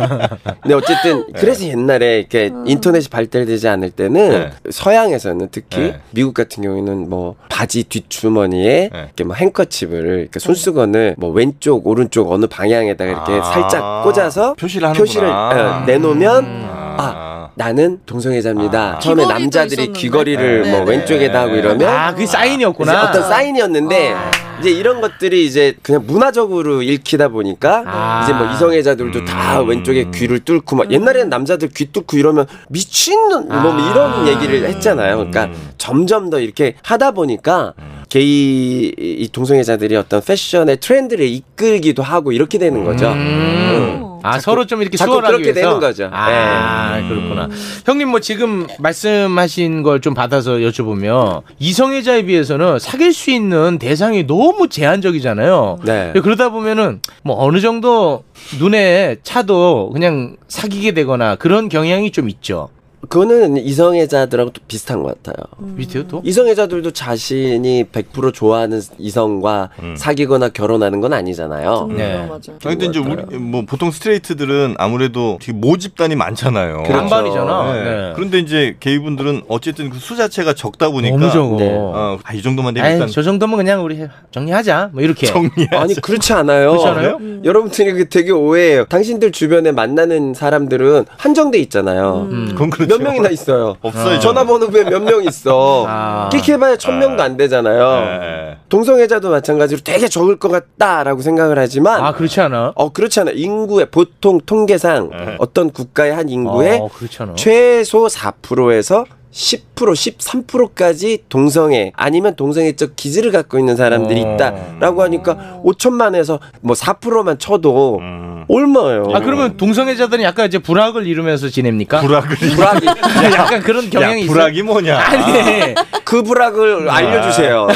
S8: 근데 어쨌든 그래서 옛날에 이렇게
S1: 음.
S8: 인터넷이 발달되지 않을 때는
S3: 네.
S8: 서양에서는 특히
S3: 네.
S8: 미국 같은 경우에는 뭐 바지 뒷주머니에
S3: 네.
S8: 이렇게 뭐 행커칩을 이렇게 손수건을 뭐 왼쪽 오른쪽 어느 방향에다가 이렇게
S3: 아,
S8: 살짝 꽂아서
S3: 표시를 하는구나.
S8: 표시를 어, 내놓으면 아
S3: 아.
S8: 나는 동성애자입니다.
S3: 아.
S8: 처음에
S1: 귀걸이도
S8: 남자들이
S1: 있었는데.
S8: 귀걸이를
S1: 네,
S8: 뭐
S1: 네.
S8: 왼쪽에다 하고
S3: 네.
S8: 이러면
S4: 아, 그게 사인이었구나. 아.
S8: 이제 어떤 사인이었는데 이제 이런 것들이 이제 그냥 문화적으로 읽히다 보니까
S4: 아. 음.
S8: 이제 뭐 이성애자들도 다 왼쪽에 귀를 뚫고 막 옛날에는 남자들 귀 뚫고 이러면 미친놈 뭐
S4: 아.
S8: 이런 얘기를 했잖아요. 그러니까 점점 더 이렇게 하다 보니까 게이 이 동성애자들이 어떤 패션의 트렌드를 이끌기도 하고 이렇게 되는 거죠. 음.
S4: 아 서로 좀 이렇게
S8: 자꾸
S4: 수월하게
S8: 그렇게
S4: 위해서?
S8: 되는 거죠. 네. 음.
S4: 아 그렇구나. 형님 뭐 지금 말씀하신 걸 좀 받아서 여쭤보면 이성애자에 비해서는 사귈 수 있는 대상이 너무 제한적이잖아요.
S8: 네.
S4: 그러다 보면은 뭐 어느 정도 눈에 차도 그냥 사귀게 되거나 그런 경향이 좀 있죠.
S8: 그거는 이성애자들하고 또 비슷한 것 같아요.
S4: 밑에요
S8: 음.
S4: 또?
S8: 이성애자들도 자신이 100% 좋아하는 이성과
S4: 음.
S8: 사귀거나 결혼하는 건 아니잖아요.
S4: 네.
S1: 네. 맞아요.
S3: 아니, 근데 이제
S8: 그런 것
S3: 우리 뭐 보통 스트레이트들은 아무래도 되게 모집단이 많잖아요.
S8: 그렇죠.
S4: 반반이잖아.
S3: 네.
S4: 네.
S3: 그런데 이제 게이분들은 어쨌든 그 수 자체가 적다 보니까
S4: 너무 적어.
S8: 네.
S3: 어, 아, 이 정도만 되면
S4: 아이,
S3: 일단
S4: 저 정도면 그냥 우리 정리하자. 뭐 이렇게.
S3: 정리해.
S8: 아니 그렇지 않아요.
S4: 그렇지 않아요?
S8: 여러분들이 그 되게 오해해요. 당신들 주변에 만나는 사람들은 한정돼 있잖아요.
S4: 음.
S3: 그건 그렇죠.
S8: 몇 명이나 있어요. 아.
S3: 없어요.
S8: 전화번호부에 몇 명 있어.
S4: 아.
S8: 끼해봐야 천 명도 안 되잖아요.
S3: 예.
S8: 동성애자도 마찬가지로 되게 적을 것 같다라고 생각을 하지만
S4: 아 그렇지 않아?
S8: 어 그렇지 않아요. 인구의 보통 통계상 어떤 국가의 한 인구의
S4: 아, 그렇지 않아?
S8: 최소 4%에서 10% 13%까지 동성애 아니면 동성애적 기질을 갖고 있는 사람들이
S4: 어.
S8: 있다라고 하니까 5천만에서 뭐 4%만 쳐도
S3: 음.
S8: 얼마예요?
S4: 아 그러면 동성애자들은 약간 이제 불악을 이루면서 지냅니까?
S3: 불악을
S8: 어. 불악이
S4: 약간 그런 경향이
S3: 야,
S4: 있어요.
S3: 불악이 뭐냐?
S4: 아니
S8: 그 불악을 알려주세요.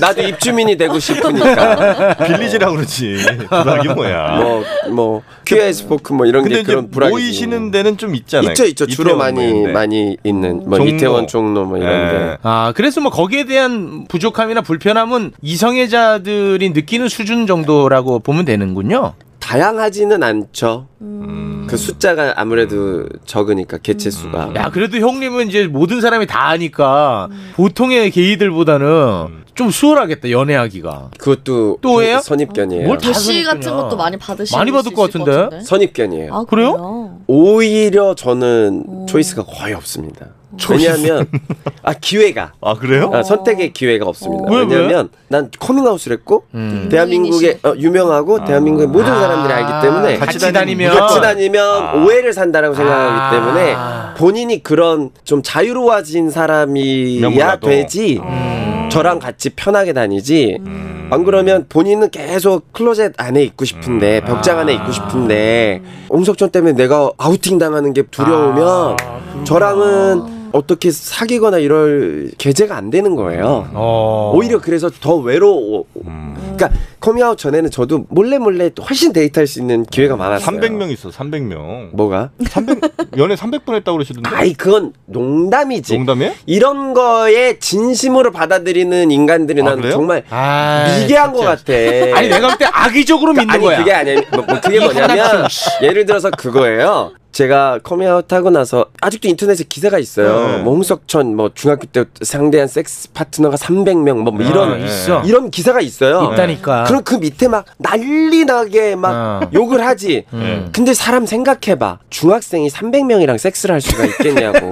S8: 나도 입주민이 되고 싶으니까
S3: 빌리지라 그러지. 불악이 뭐야?
S8: 뭐뭐 퀴어 스포크 뭐 이런
S3: 근데
S8: 게
S3: 이제
S8: 그런 불악이
S3: 모이시는 데는 좀 있잖아요.
S8: 있죠 있죠 주로
S3: 이태원 네,
S8: 많이
S3: 모이는데.
S8: 많이 있는 뭐
S3: 종로.
S8: 이태원 종로 뭐 이런데
S3: 예.
S4: 아 그래서 뭐 거기에 대한 부족함이나 불편함은 이성애자들이 느끼는 수준 정도라고 보면 되는군요.
S8: 다양하지는 않죠.
S3: 음.
S8: 그 숫자가 아무래도 적으니까 개체 수가.
S4: 야 그래도 형님은 이제 모든 사람이 다 아니까
S1: 음.
S4: 보통의 게이들보다는 좀 수월하겠다 연애하기가.
S8: 그것도
S4: 또 해요?
S8: 선입견이에요.
S4: 뭘 다-
S1: 예. 도시 같은
S4: 그렇구나.
S1: 것도 많이 받으실
S4: 많이
S1: 수
S4: 받을
S1: 있을
S4: 것 같은데?
S8: 선입견이에요.
S1: 아,
S4: 그래요?
S1: 그래요?
S8: 오히려 저는
S1: 오.
S8: 초이스가 거의 없습니다. 왜냐하면 아 기회가
S3: 아 그래요?
S8: 아, 선택의 기회가 없습니다.
S4: 왜, 왜?
S8: 왜냐하면 난 커밍아웃을 했고
S4: 음.
S8: 대한민국의 어, 유명하고
S3: 아.
S8: 대한민국의 모든
S4: 아,
S8: 사람들이 알기 때문에
S3: 같이
S4: 같이 다니면
S8: 같이 다니면
S3: 아.
S8: 오해를 산다라고 생각하기 때문에
S4: 그렇죠. 아.
S8: 본인이 그런 좀 자유로워진 사람이야
S3: 명분이라도. 음.
S8: 되지 저랑 같이 편하게 다니지 안 그러면 본인은 계속 클로젯 안에 있고 싶은데
S3: 음.
S8: 벽장 안에
S3: 아.
S8: 있고 싶은데 옹석천 때문에 내가 아우팅 당하는 게
S3: 아,
S8: 두려우면 저랑은 어떻게 사귀거나 이럴 계제가 안 되는 거예요.
S4: 어.
S8: 오히려 그래서 더 외로워.
S3: 음.
S8: 그러니까 커밍아웃 전에는 저도 몰래 몰래 훨씬 데이트할 수 있는 기회가 많았어요.
S3: 300명 있어. 300명.
S8: 뭐가?
S3: 300 연애 300분 했다고 그러시던데.
S8: 아이 그건 농담이지.
S3: 농담이에요?
S8: 이런 거에 진심으로 받아들이는 인간들이
S3: 아,
S8: 난
S3: 그래요?
S8: 정말
S4: 아이,
S8: 미개한 것 같아.
S4: 아니 내가 볼 때 악의적으로
S3: 그러니까
S4: 믿는
S8: 아니
S4: 거야.
S8: 그게 아니야. 뭐, 뭐 그게 뭐냐면 예를 들어서 그거예요. 제가 커밍아웃 하고 나서 아직도 인터넷에 기사가 있어요.
S3: 네.
S8: 뭐 홍석천 뭐 중학교 때 상대한 섹스 파트너가 300명 뭐,
S4: 아,
S8: 뭐
S3: 네.
S8: 이런
S4: 있어.
S8: 이런 기사가 있어요.
S4: 있다니까.
S8: 그럼 그 밑에 막 난리나게 막
S4: 그러니까. 어.
S8: 욕을 하지.
S4: 음.
S8: 근데 사람 생각해봐. 중학생이 300명이랑 섹스를 할 수가 있겠냐고.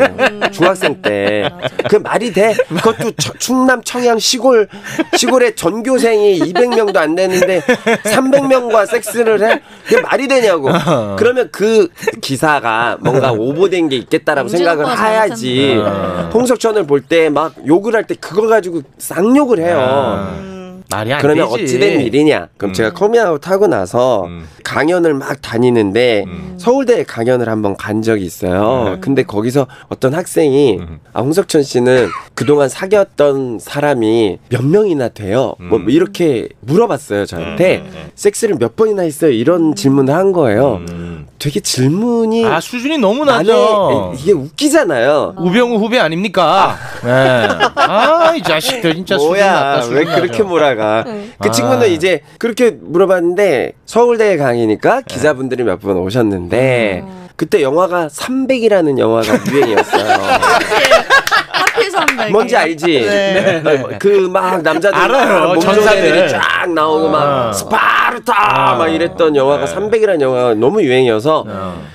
S8: 중학생 때. 그 말이 돼. 그것도 처- 충남, 청양, 시골, 시골에 전교생이 200명도 안 되는데 300명과 섹스를 해? 그게 말이 되냐고.
S4: 어.
S8: 그러면 그 기사가 뭔가 오보된 게 있겠다라고 생각을
S1: 문제가
S8: 해야지.
S4: 어.
S8: 홍석천을 볼 때 막 욕을 할 때 그걸 가지고 쌍욕을 해요.
S4: 아. 말이 안
S8: 그러면
S4: 되지.
S8: 어찌된 일이냐? 그럼
S3: 음.
S8: 제가 커밍아웃 하고 나서
S3: 음.
S8: 강연을 막 다니는데
S3: 음.
S8: 서울대에 강연을 한번 간 적이 있어요.
S3: 음.
S8: 근데 거기서 어떤 학생이
S3: 음.
S8: 아 홍석천 씨는 그동안 사귀었던 사람이 몇 명이나 돼요? 뭐
S3: 음.
S8: 이렇게 물어봤어요 저한테
S3: 음, 음.
S8: 섹스를 몇 번이나 했어요? 이런 질문을 한 거예요.
S3: 음.
S8: 되게 질문이
S4: 아 수준이 너무
S8: 나네
S4: 낮아.
S8: 이게 웃기잖아요.
S4: 우병우 후배 아닙니까? 네. 아이 자식들 진짜 수준 낮다.
S8: 뭐야
S4: 수준
S8: 왜
S4: 낮아.
S8: 그렇게 몰아가 그
S4: 아.
S8: 친구는 이제 그렇게 물어봤는데 서울대
S4: 네.
S8: 강의니까 기자분들이 몇 분 오셨는데
S4: 음.
S8: 그때 영화가 300이라는 영화가 유행이었어요
S1: 하필 선배.
S8: 뭔지 알지
S1: 네.
S8: 그 막 남자들
S4: 알아요,
S8: 막 몸종의
S4: 전사들.
S8: 애들이 쫙 나오고 막
S4: 어.
S8: 스파르타
S4: 어.
S8: 막 이랬던 영화가 300이라는 영화가 너무 유행이어서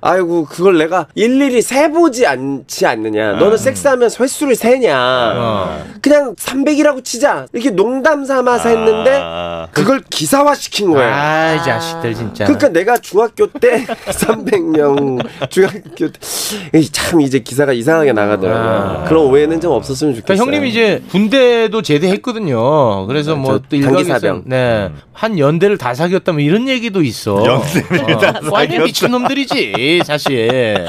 S8: 아이고 그걸 내가 일일이 세보지 않지 않느냐 너는 섹스하면 횟수를 세냐
S4: 음. 어.
S8: 그냥 300이라고 치자 이렇게 농담 삼아서 했는데
S3: 아.
S8: 그걸 기사화 시킨 거예요.
S4: 아이 자식들 진짜.
S8: 그러니까 내가 중학교 때 300명 중학교 때참 이제 기사가 이상하게 나가더라고요.
S4: 아.
S8: 그런 오해는 좀 없었으면 좋겠어요.
S4: 그러니까 형님이 이제 군대도 제대했거든요. 그래서 뭐
S8: 네, 저
S4: 또 일각에서
S8: 단기사병.
S4: 네. 한 연대를 다 사귀었다 뭐 이런 얘기도 있어. 연대를 다 사귀었다. 완전 미친 놈들이지 사실.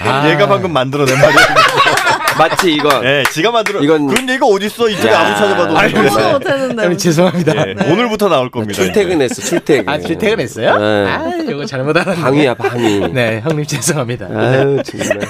S4: 아.
S3: 얘가 방금 만들어낸 말이야.
S8: 마치 이거
S4: 네.
S3: 예, 지가 만들어.
S8: 이건-
S3: 그런 얘기가 어디 있어? 이쪽에
S8: 야.
S3: 아무리 찾아봐도
S4: 아이고,
S3: 없는데.
S1: 아무도 못했는데.
S4: 형님 죄송합니다.
S8: 네.
S3: 예, 오늘부터 나올 겁니다. 이제.
S8: 출퇴근했어 출퇴근.
S4: 아 출퇴근했어요?
S8: 네.
S4: 아 이거 잘못하는
S8: 방위야 방위.
S4: 네 형님 죄송합니다.
S8: 아유 정말.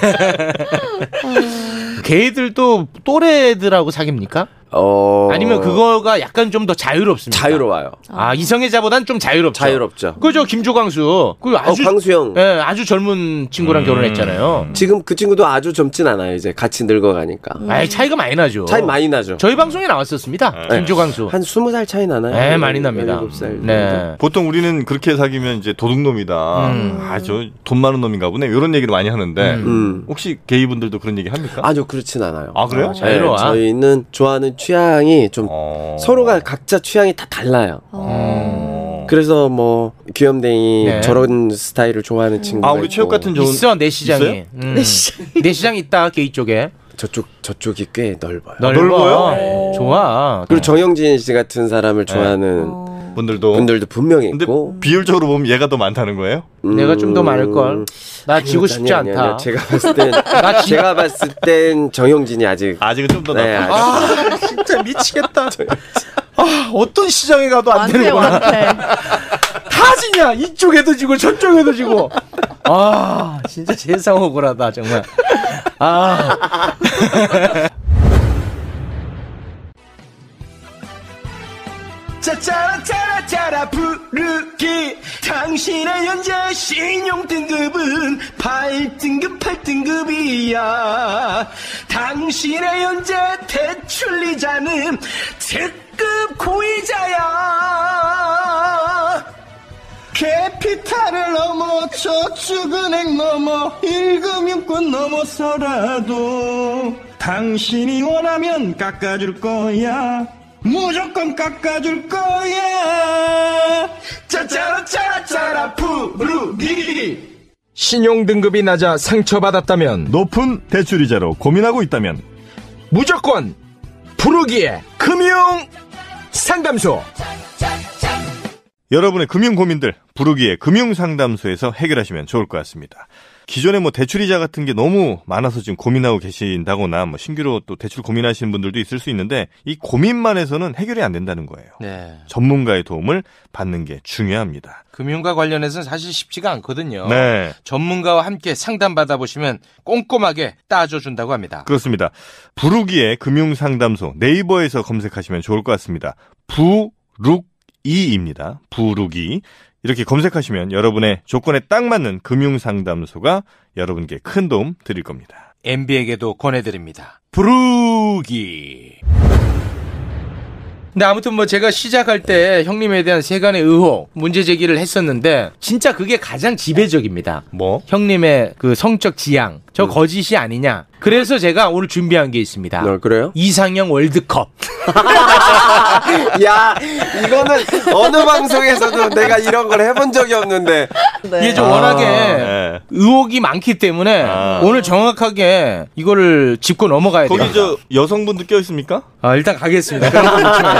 S4: 걔들도 또래들하고 사깁니까?
S8: 어...
S4: 아니면 그거가 약간 좀 더 자유롭습니까?
S8: 자유로워요.
S4: 아 이성애자보단 좀 자유롭죠.
S8: 자유롭죠.
S4: 그죠 김조광수. 그 아주
S8: 어, 광수형.
S4: 예, 아주 젊은 친구랑 결혼했잖아요.
S8: 지금 그 친구도 아주 젊진 않아요. 이제 같이 늙어가니까
S4: 아이 차이가 많이 나죠.
S8: 차이 많이 나죠.
S4: 저희 방송에 나왔었습니다.
S3: 네.
S4: 김조광수.
S8: 한 스무 살 차이 나나요?
S4: 예, 많이 납니다.
S8: 17살.
S4: 네.
S3: 보통 우리는 그렇게 사귀면 이제 도둑놈이다.
S4: 음.
S3: 아 저 돈 많은 놈인가 보네. 이런 얘기를 많이 하는데
S4: 음.
S8: 음.
S3: 혹시 게이분들도 그런 얘기 합니까?
S8: 아니요, 그렇진 않아요.
S3: 아, 그래요?
S8: 네,
S4: 자유로워.
S8: 저희는 좋아하는 취향이 좀
S3: 어.
S8: 서로가 각자 취향이 다 달라요.
S3: 어.
S8: 그래서 뭐 귀염댕이
S4: 음. 네.
S8: 저런 스타일을 좋아하는 친구.
S3: 아 우리 체육 같은 좋은
S4: 있어 내 시장이.
S3: 있어요?
S4: 음. 내 시장 이 있다 게이 쪽에.
S8: 저쪽 저쪽이 꽤 아, 넓어요.
S4: 넓어요.
S1: 네.
S4: 좋아.
S8: 그리고 정영진 씨 같은 사람을
S4: 네.
S8: 좋아하는
S1: 어.
S3: 분들도
S8: 분들도 분명히
S3: 근데
S8: 있고
S3: 비율적으로 보면 얘가 더 많다는 거예요?
S8: 음.
S4: 내가 좀 더 많을 걸. 나
S8: 아니요,
S4: 지고 싶지
S8: 아니요, 아니요,
S4: 않다.
S8: 아니요. 제가 봤을 땐 제가 봤을 땐 정영진이 아직
S3: 아직은 좀 더
S8: 네,
S3: 나쁘.
S8: 아직
S4: 진짜 미치겠다. 아, 어떤 시장에 가도 안
S1: 완패
S4: 되는구나.
S1: 완패.
S4: 다 지냐. 이쪽에도 지고 저쪽에도 지고. 아, 진짜 세상 억울하다 정말. 아,
S9: 짜짜라짜라짜라 부르기 당신의 현재 신용 등급은 8등급 8등급이야 당신의 현재 대출 이자는 특급 고이자야 캐피탈을 넘어 저축은행 넘어 일금융권 넘어서라도 당신이 원하면 깎아줄 거야 무조건 깎아줄 거야 짜짜라 짜라짜라 부르기
S7: 신용 등급이 낮아 상처받았다면
S3: 높은 대출이자로 고민하고 있다면
S7: 무조건 부르기에 금융 상담소.
S3: 여러분의 금융 고민들 부르기에 금융 상담소에서 해결하시면 좋을 것 같습니다. 기존에 뭐 대출이자 같은 게 너무 많아서 지금 고민하고 계신다거나 뭐 신규로 또 대출 고민하시는 분들도 있을 수 있는데 이 고민만 해서는 해결이 안 된다는 거예요.
S4: 네.
S3: 전문가의 도움을 받는 게 중요합니다.
S4: 금융과 관련해서는 사실 쉽지가 않거든요.
S3: 네.
S4: 전문가와 함께 상담 받아보시면 꼼꼼하게 따져준다고 합니다.
S3: 그렇습니다. 부르기에 금융상담소 네이버에서 검색하시면 좋을 것 같습니다. 부룩이입니다. 부룩이. 이렇게 검색하시면 여러분의 조건에 딱 맞는 금융상담소가 여러분께 큰 도움 드릴 겁니다.
S4: MB에게도 권해드립니다. 부르기. 근데 아무튼 뭐 제가 시작할 때 형님에 대한 세간의 의혹, 문제 제기를 했었는데 진짜 그게 가장 지배적입니다.
S3: 뭐?
S4: 형님의 그 성적 지향, 저
S8: 네.
S4: 거짓이 아니냐. 그래서 제가 오늘 준비한 게 있습니다.
S8: 어, 그래요?
S4: 이상형 월드컵.
S8: 야 이거는 어느 방송에서도 내가 이런 걸 해본 적이 없는데
S1: 네.
S4: 이게 좀
S8: 아,
S4: 워낙에
S3: 네.
S4: 의혹이 많기 때문에
S3: 아.
S4: 오늘 정확하게 이거를 짚고 넘어가야 돼요.
S3: 거기 저 여성분도 껴있습니까?
S4: 아, 일단 가겠습니다. 그런 거 좀-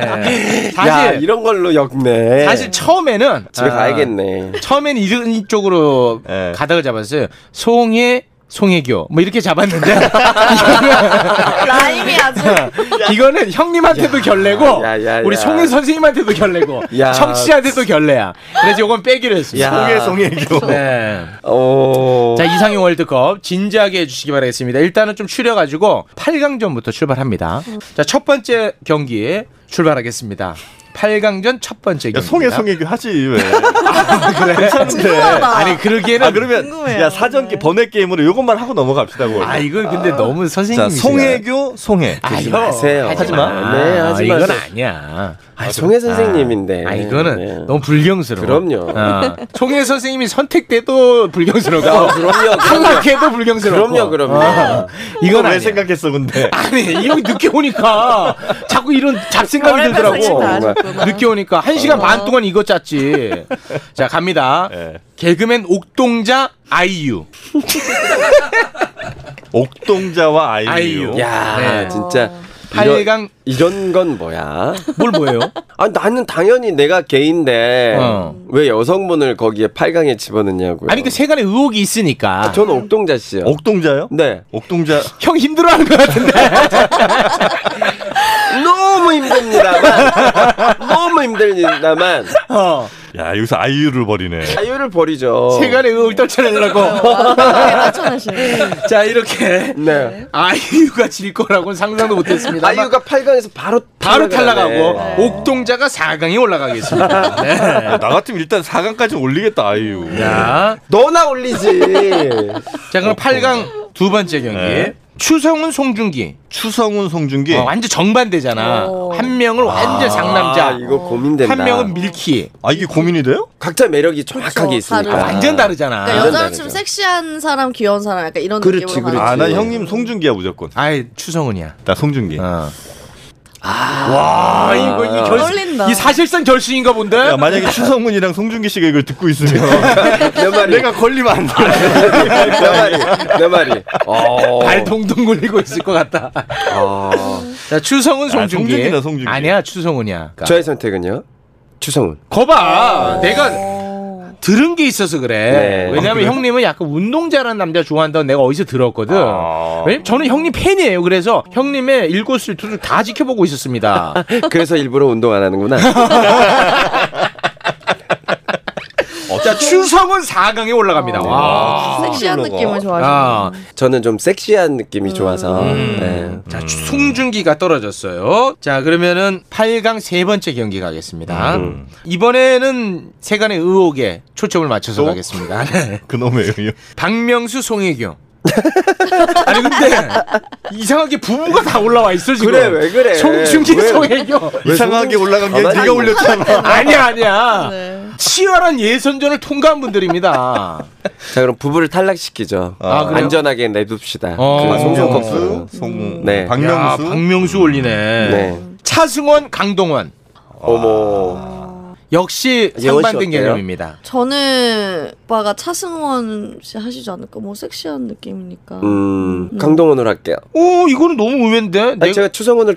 S4: 네. 사실
S8: 야 이런 걸로 엮네.
S4: 사실 처음에는
S8: 집에
S4: 아,
S8: 가야겠네. 네.
S4: 처음엔 이런 쪽으로
S3: 예.
S4: 가닥을 잡았어요. 송해 송혜교 뭐 이렇게 잡았는데
S1: 라임이 네. 아주
S4: 네. 이거는 형님한테도 결례고
S8: 야, 야,
S4: 우리
S8: 야.
S4: 송혜 선생님한테도 결례고
S8: 야.
S4: 청취한테도 결례야. 그래서 이건 빼기로 했습니다.
S8: 야.
S3: 송혜교.
S4: 네.
S8: 아, 오.
S4: 자 이상형 월드컵 진지하게 해주시기 바라겠습니다. 일단은 좀 추려가지고 8강전부터 출발합니다. 자 첫 번째 경기에 출발하겠습니다. 8강전 첫 번째
S3: 야,
S4: 경기.
S3: 송혜, 송혜교 하지, 왜.
S1: 궁금하다.
S4: 네. 아니 그러기에는
S3: 아, 그러면,
S1: 궁금해요.
S3: 야, 사전기
S1: 네.
S3: 번외 게임으로 이것만 하고 넘어갑시다, 그걸.
S4: 아 이건 근데 너무
S3: 자,
S4: 선생님이
S3: 송혜교, 송혜.
S4: 아,
S8: 하지
S4: 이거
S8: 마세요.
S4: 하지 마. 아,
S8: 하지마. 네, 하지
S4: 이건
S8: 마세요.
S4: 아니야.
S8: 아, 송혜 선생님인데.
S4: 아 이거는
S8: 네.
S4: 너무 불경스러워.
S8: 그럼요.
S4: 아, 송혜 선생님이 선택돼도 불경스럽고
S8: 아, 그럼요. 그럼요.
S4: 탈락해도 불경스럽고.
S8: 그럼요, 그럼요.
S4: 아,
S3: 이건
S4: 이건
S3: 왜
S4: 아니야.
S3: 생각했어, 근데.
S4: 아니 이 형이 늦게 오니까 자꾸 이런 잡생각이
S1: 별의별 생각 다
S4: 들더라고.
S1: 하셨구나.
S4: 늦게 오니까 한
S8: 어.
S4: 시간 반 동안 이거 짰지. 자 갑니다.
S3: 예.
S4: 개그맨 옥동자 아이유.
S3: 옥동자와 아이유.
S4: 아이유.
S8: 야,
S4: 네.
S8: 진짜. 이런,
S4: 8강
S8: 이런 건 뭐야?
S4: 뭘 뭐예요?
S8: 아, 나는 당연히 내가 게인데
S4: 어.
S8: 왜 여성분을 거기에 8강에 집어넣냐고요.
S4: 아니 그 세간에 의혹이 있으니까.
S8: 아, 저는 옥동자 씨요.
S3: 옥동자요?
S8: 네.
S3: 옥동자
S4: 형 힘들어하는 것 같은데.
S8: 너무 힘듭니다만. 너무 힘듭니다만.
S4: 어.
S3: 야 여기서 아이유를 버리네
S8: 자유를 버리죠.
S4: 세간의 의혹을 떨쳐내느라고.
S1: 떨쳐내시네.
S4: 자 이렇게
S8: 네.
S4: 아이유가 질 거라고는 상상도
S1: 네.
S4: 못했습니다.
S8: 아이유가 8강에서 바로
S4: 바로 탈락하고
S8: 하네.
S4: 옥동자가 4강에 올라가겠습니다. 네.
S3: 야, 나 같으면 일단 4강까지 올리겠다 아이유
S4: 자,
S8: 너나 올리지.
S4: 자 그럼 8강 두 번째 경기.
S3: 네. 예.
S4: 추성훈 송중기
S3: 추성훈 송중기
S4: 어, 완전 정반대잖아.
S1: 오.
S4: 한 명을 완전
S8: 아,
S4: 장남자,
S1: 어.
S8: 이거 고민된다.
S4: 한 명은 밀키.
S3: 아 이게 고민이 돼요?
S8: 각자 매력이 정확하게
S1: 그렇죠,
S8: 있으니까.
S1: 다르죠.
S4: 완전 다르잖아.
S1: 그러니까
S8: 완전
S1: 여자로 치면
S8: 다르죠.
S1: 섹시한 사람, 귀여운 사람 약간 이런
S8: 그렇지,
S3: 아,
S1: 느낌으로
S8: 그렇지.
S4: 아.
S1: 가는
S3: 아나 형님 송중기야 무조건
S4: 아이 추성훈이야.
S3: 나 송중기
S4: 어. 아, 이거 이 결승.
S1: 어울린다.
S4: 이 사실상 결승인가 본데.
S3: 야, 만약에 추성훈이랑 송중기 씨가 이걸 듣고 있으면
S8: 내 말이
S3: 내가 걸리면 안 돼.
S8: 내 말이 내 말이. 어.
S4: 발 동동 굴리고 있을 것 같다.
S8: 어.
S4: 자, 추성훈 송중기.
S3: 송중기다, 송중기.
S4: 아니야, 추성훈이야. 그러니까.
S8: 저의 선택은요. 추성훈.
S4: 거봐. 내가 들은 게 있어서 그래.
S8: 아, 네.
S4: 왜냐면
S8: 아, 그래요?
S4: 형님은 약간 운동잘하는 남자 좋아한다고 내가 어디서 들었거든.
S3: 아.
S4: 왜냐면 저는 형님 팬이에요. 그래서 형님의 일거수일투족 다 지켜보고 있었습니다.
S8: 그래서 일부러 운동 안 하는구나. 어,
S4: 자, 추성훈 4강에
S8: 아.
S4: 올라갑니다. 와.
S1: 섹시한
S3: 블로거.
S1: 느낌을 좋아하시는
S4: 아,
S8: 저는 좀 섹시한 느낌이 좋아서. 네.
S4: 음. 자, 추- 송중기가 떨어졌어요. 자, 그러면은 8강 세 번째 경기 가겠습니다.
S8: 음.
S4: 이번에는 세간의 의혹에 초점을 맞춰서
S3: 또?
S4: 가겠습니다. 네.
S3: 그놈의 요
S4: 박명수, 송혜교. 아니 근데 이상하게 부부가 다 올라와 있어 지금.
S8: 그래, 왜 그래?
S4: 송중기,
S8: 왜?
S4: 송혜교.
S3: 이상하게 올라간 게
S8: 아, 맞아.
S3: 네가 올렸잖아.
S4: 아니야 아니야.
S1: 네.
S4: 치열한 예선전을 통과한 분들입니다.
S8: 자 그럼 부부를 탈락시키죠.
S4: 아, 그래요?
S8: 안전하게 내둡시다.
S4: 어.
S8: 그 송중기
S3: 아, 송명수,
S8: 커플.
S3: 송
S8: 네.
S4: 야,
S3: 박명수.
S4: 박명수 올리네.
S8: 네.
S4: 차승원, 강동원 아.
S8: 어머. 아,
S4: 역시
S8: 예원 씨
S4: 상반된
S8: 어때요? 아,
S4: 개념입니다.
S1: 저는 오빠가 차승원 씨 하시지 않을까? 뭐 섹시한 느낌이니까. 뭐
S8: 음 강동원으로 할게요.
S4: 오 이거는 너무 의외인데.
S8: 아니, 제가 추성훈을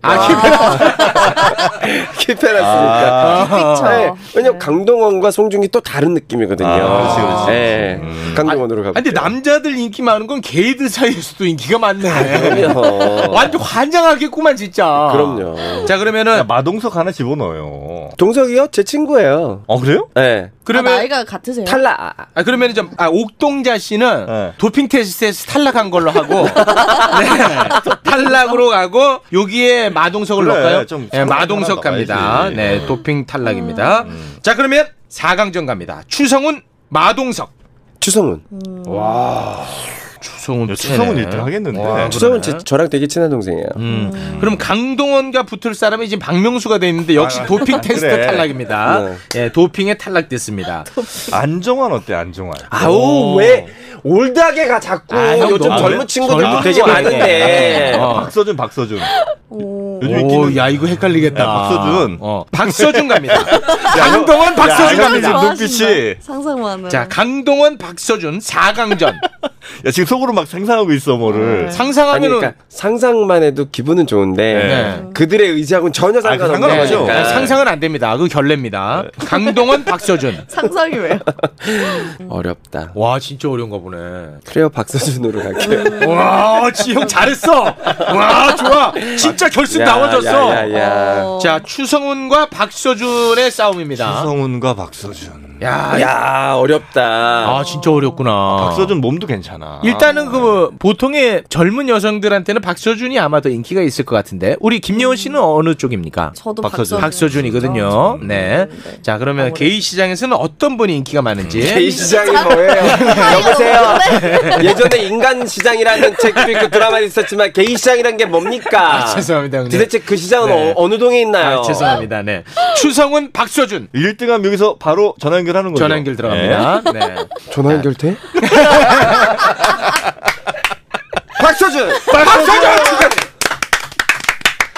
S4: 네. 아, 킵해-
S8: 킵해놨으니까.
S1: 아. 그쵸.
S8: 네, 왜냐면
S1: 네.
S8: 강동원과 송중기 또 다른 느낌이거든요.
S3: 아, 그렇지, 그렇지.
S8: 네, 강동원으로 가.
S4: 아니, 근데 남자들 인기 많은 건 게이들 사이에서도 인기가 많네.
S8: 아, 그럼요.
S4: 완전 환장하겠구만 진짜.
S8: 그럼요.
S4: 자
S1: 아,
S3: 야,
S4: 그러면은
S3: 마동석 하나 집어넣어요.
S8: 동석이요? 제 친구예요.
S3: 아 그래요?
S8: 네.
S4: 그러면
S1: 아, 나이가 같으세요?
S8: 탈락. 아,
S4: 아 그러면 좀 아, 옥동자 씨는
S3: 네.
S4: 도핑 테스트에서 탈락한 걸로 하고 네, 탈락으로 가고 여기에 마동석을
S3: 그래,
S4: 넣을까요?
S3: 좀
S4: 네, 마동석
S3: 하나 예. 음,
S4: 갑니다.
S3: 넣어야지.
S4: 네, 도핑 탈락입니다. 자 그러면 4강전 갑니다. 추성훈, 마동석.
S8: 추성훈.
S4: 추성훈
S3: 야,
S4: 예,
S3: 추성훈 1등 하겠는데.
S4: 와,
S8: 추성훈 제, 저랑 되게 친한 동생이에요.
S4: 음. 네, 그럼 강동원과 붙을 사람이 지금 박명수가 돼 있는데 역시
S3: 아,
S4: 도핑 테스트
S3: 그래. 뭐.
S4: 탈락입니다. 예, 도핑에 탈락됐습니다.
S3: 안정환 어때? 안정환.
S8: 아우 왜 올드하게 가 자꾸.
S4: 아, 형
S8: 요즘
S4: 너무
S8: 젊은
S4: 젊-
S8: 친구들도
S4: 젊은
S8: 되게
S4: 친구들이네.
S8: 많은데.
S4: 어.
S3: 아, 박서준, 박서준.
S1: 오.
S3: 요즘
S4: 오,
S3: 인기는
S4: 야 이거 헷갈리겠다.
S3: 야, 박서준.
S4: 어, 박서준 갑니다. 강동원, 박서준
S3: 야,
S1: 상상
S3: 이제
S4: 갑니다.
S1: 좋아하신다.
S3: 눈빛이.
S1: 상상만은.
S4: 자, 강동원, 박서준 4강전.
S3: 야 지금 속으로 막 상상하고 있어
S4: 네.
S3: 뭐를.
S8: 아니
S4: 상상하면은
S8: 그러니까 상상만 해도 기분은 좋은데
S4: 네.
S8: 그들의 의지하고는 전혀 상관없는
S3: 상관없죠.
S8: 거니까.
S4: 네, 상상은 안 됩니다. 그 결례입니다. 강동원, 박서준.
S1: 상상이 왜요?
S8: 어렵다.
S4: 와, 진짜 어려운가 보네.
S8: 그래요 박서준으로 갈게요.
S4: 음, 와, 지형 잘했어. 와, 좋아. 진짜 결승 나와줬어.
S8: 야, 야, 야.
S1: 어.
S4: 자, 추성훈과 박서준의 싸움입니다.
S3: 추성훈과 박서준.
S4: 야,
S8: 야, 어렵다.
S4: 아, 진짜 어렵구나.
S3: 박서준 몸도 괜찮아.
S4: 일단은 그 보통의 젊은 여성들한테는 박서준이 아마 더 인기가 있을 것 같은데 우리 김여원 씨는 어느 쪽입니까?
S1: 음. 저도
S3: 박서준.
S1: 박서준.
S4: 박서준이거든요. 네.
S1: 네.
S4: 자 그러면 게이 시장에서는 어떤 분이 인기가
S8: 게이
S4: 많은지.
S8: 시장이 뭐예요? 여보세요. 예전에 인간 시장이라는 책도 있고 드라마도 있었지만 게이 시장이란 게
S4: 아,
S8: 뭡니까?
S4: 죄송합니다, 형님.
S8: 도대체 그 시장은
S4: 네.
S8: 어, 느 동에 있나요?
S4: 아, 죄송합니다. 네. 추성훈 박서준
S3: 1등하면 여기서 바로 전화 연결하는 거죠. 예.
S4: 전화 연결 들어갑니다. 네.
S8: 전화 연결돼? 박서준!
S4: 박서준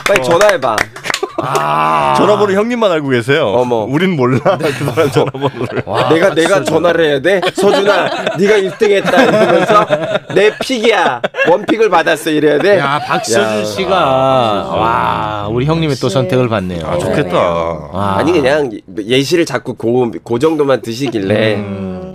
S8: 빨리 전화해봐.
S4: 아.
S3: 예. 전화번호 형님만 알고 계세요.
S8: 어머.
S3: 우린 몰라.
S4: 네.
S3: 그 사람 전화번호를.
S8: 내가 내가 전화를 해야 돼? 서준아, 네가 1등했다 이러면서 내 픽이야. 원픽을 받았어 이래야 돼?
S4: 네. 야 박서준
S8: 야.
S4: 씨가 와 우리 형님의 또 선택을 받네요.
S3: 아, 좋겠다.
S4: 와.
S8: 아니 그냥 예시를 자꾸 고, 고 정도만 드시길래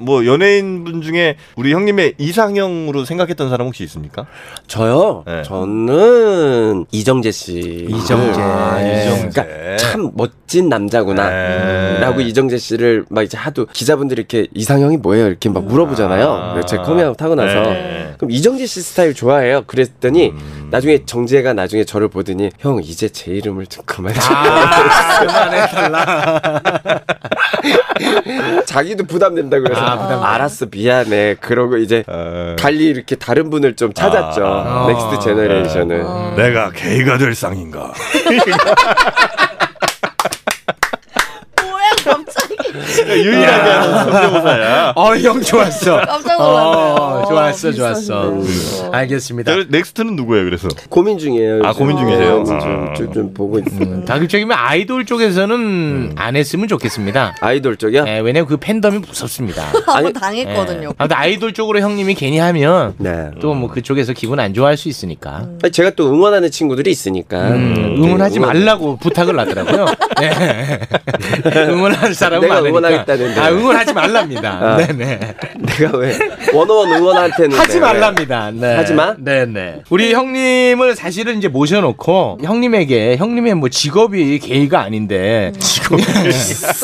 S3: 뭐 연예인 분 중에 우리 형님의 이상형으로 생각했던 사람 혹시 있습니까?
S8: 저요?
S3: 네.
S8: 저는 이정재 씨.
S4: 이정재.
S8: 아,
S3: 이정재.
S8: 그러니까 참 멋진 남자구나.
S3: 네.
S8: 라고 이정재 씨를 막 이제 하도 기자분들이 이렇게 이상형이 뭐예요? 이렇게 막 물어보잖아요.
S3: 아.
S8: 제 커밍아웃 하고 나서.
S3: 네.
S8: 그럼 이정재 씨 스타일 좋아해요. 그랬더니 나중에 정재가 나중에 저를 보더니 형 이제 제 이름을 좀 그만 좀 자기도 부담된다고 해서
S4: 아, 부담돼.
S8: 알았어 미안해 그러고 이제
S3: 어,
S8: 달리 이렇게 다른 분을 좀 찾았죠.
S3: 아.
S8: 넥스트 제너레이션을.
S4: 아.
S3: 내가 게이가 될 상인가?
S1: 뭐야 갑자기.
S3: 유일하게 하는 성대모사야.
S4: 어, 형 좋았어.
S1: 깜짝
S4: 어,
S1: 놀랐네요.
S4: 좋았어,
S1: 비슷한데.
S4: 좋았어. 음. 알겠습니다.
S3: 자, 넥스트는 누구예요? 그래서
S4: 네.
S8: 고민 중이에요.
S3: 아,
S8: 요즘.
S3: 고민 중이세요?
S8: 네,
S3: 아.
S8: 좀, 좀, 좀 보고
S4: 음.
S8: 있어요.
S4: 자극적이면 아이돌 쪽에서는 안 했으면 좋겠습니다.
S8: 아이돌 쪽이요?
S4: 예, 왜냐면 그 팬덤이 무섭습니다.
S8: 아니,
S1: 한번
S4: 예.
S1: 당했거든요.
S4: 아무튼 아이돌 쪽으로 형님이 괜히 하면
S8: 네.
S4: 또 뭐 그쪽에서 기분 안 좋아할 수 있으니까.
S1: 음.
S8: 아니, 제가 또 응원하는 친구들이 있으니까 네,
S4: 음, 응원하지 말라고 부탁을 하더라고요. 네. 응원할 사람은
S8: 내가
S4: 많으니까.
S8: 응원하겠다는데.
S4: 아, 응원하지 말랍니다.
S8: 아.
S4: 네네.
S8: 내가 왜 원어원 응원한테는
S4: 하지
S8: 내가 왜-
S4: 말랍니다. 네.
S8: 하지마?
S4: 네네. 우리 형님을 사실은 이제 모셔놓고 형님에게 형님의 뭐 직업이 게이가 아닌데 직업이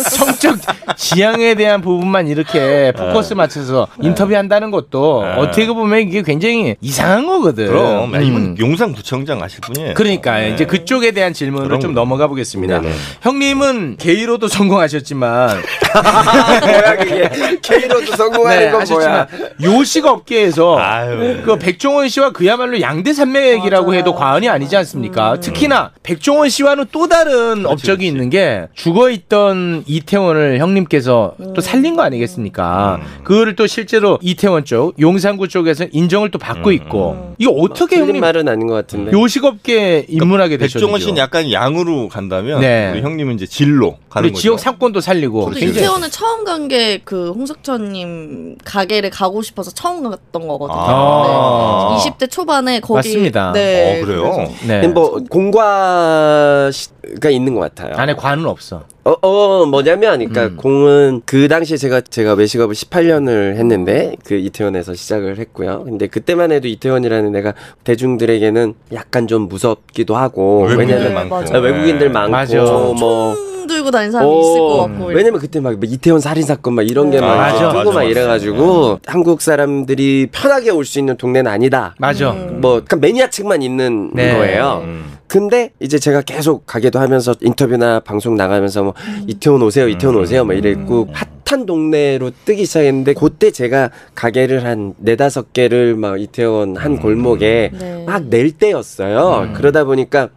S4: 성적 지향에 대한 부분만 이렇게 포커스 맞춰서 인터뷰한다는 것도
S3: 네.
S4: 어떻게 보면 이게 굉장히 이상한 거거든.
S3: 그럼 야, 이분
S4: 음.
S3: 용산구청장 아실 분이에요.
S4: 그러니까 이제 그쪽에 대한 질문으로
S3: 그럼.
S4: 좀 넘어가 보겠습니다.
S3: 네네.
S4: 형님은 게이로도 성공하셨지만
S8: 뭐야 아, 그게 K로도
S4: 네,
S8: 성공하는 건 뭐야?
S4: 요식 업계에서
S3: 아유.
S4: 그 백종원 씨와 그야말로 양대 산맥이라고
S1: 맞아요.
S4: 해도 과언이 아니지 않습니까? 특히나 백종원 씨와는 또 다른 업적이 있는 게 죽어 있던 이태원을 형님께서 또 살린 거 아니겠습니까?
S3: 음.
S4: 그거를 또 실제로 이태원 쪽 용산구 쪽에서 인정을 또
S3: 음,
S4: 받고 있고 이거 어떻게
S8: 틀린
S4: 형님
S8: 말은 아닌 것 같은데.
S4: 요식업계 입문하게
S3: 그러니까
S4: 되셨죠?
S3: 백종원 씨는 약간 양으로 간다면
S4: 네.
S3: 우리 형님은 이제 진로 가는
S4: 우리
S3: 거죠.
S4: 지역 상권도 살리고
S1: 저도
S4: 굉장히-
S1: 이태원에 처음 간 게 그 홍석천님 가게를 가고 싶어서 처음 갔던 거거든요.
S4: 아.
S1: 네. 20대 초반에 거기
S4: 맞습니다.
S1: 네.
S3: 어 그래요.
S4: 네.
S8: 뭐 공과가 있는 것 같아요.
S4: 안에 관은 없어.
S8: 어, 어 뭐냐면, 그러니까
S3: 음.
S8: 공은 그 당시에 제가 제가 외식업을 18년을 했는데 그 이태원에서 시작을 했고요. 근데 그때만 해도 이태원이라는 데가 대중들에게는 약간 좀 무섭기도 하고
S3: 외국인들
S8: 왜냐면
S1: 많고.
S3: 많고 네.
S8: 아, 외국인들 많고
S4: 맞아.
S8: 뭐
S1: 총 들고 다니는 사람이 있을 것
S8: 어,
S1: 같고.
S8: 왜냐면 그때 막 이태원 살인 사건 막 이런
S3: 아,
S8: 게막
S4: 맞아.
S8: 뜨고
S3: 맞아, 음.
S8: 막
S3: 맞아.
S8: 이래가지고 한국 사람들이 편하게 올 수 있는 동네는 아니다.
S4: 맞아.
S1: 음.
S8: 뭐 약간 매니아층만 있는
S4: 네.
S8: 거예요. 근데 이제 제가 계속 가게도 하면서 인터뷰나 방송 나가면서 뭐 이태원 오세요, 이태원 오세요, 막 이랬고 핫한 동네로 뜨기 시작했는데 그때 제가 가게를 한 네다섯 개를 막 이태원 한 골목에
S1: 네.
S8: 막 낼 때였어요. 그러다 보니까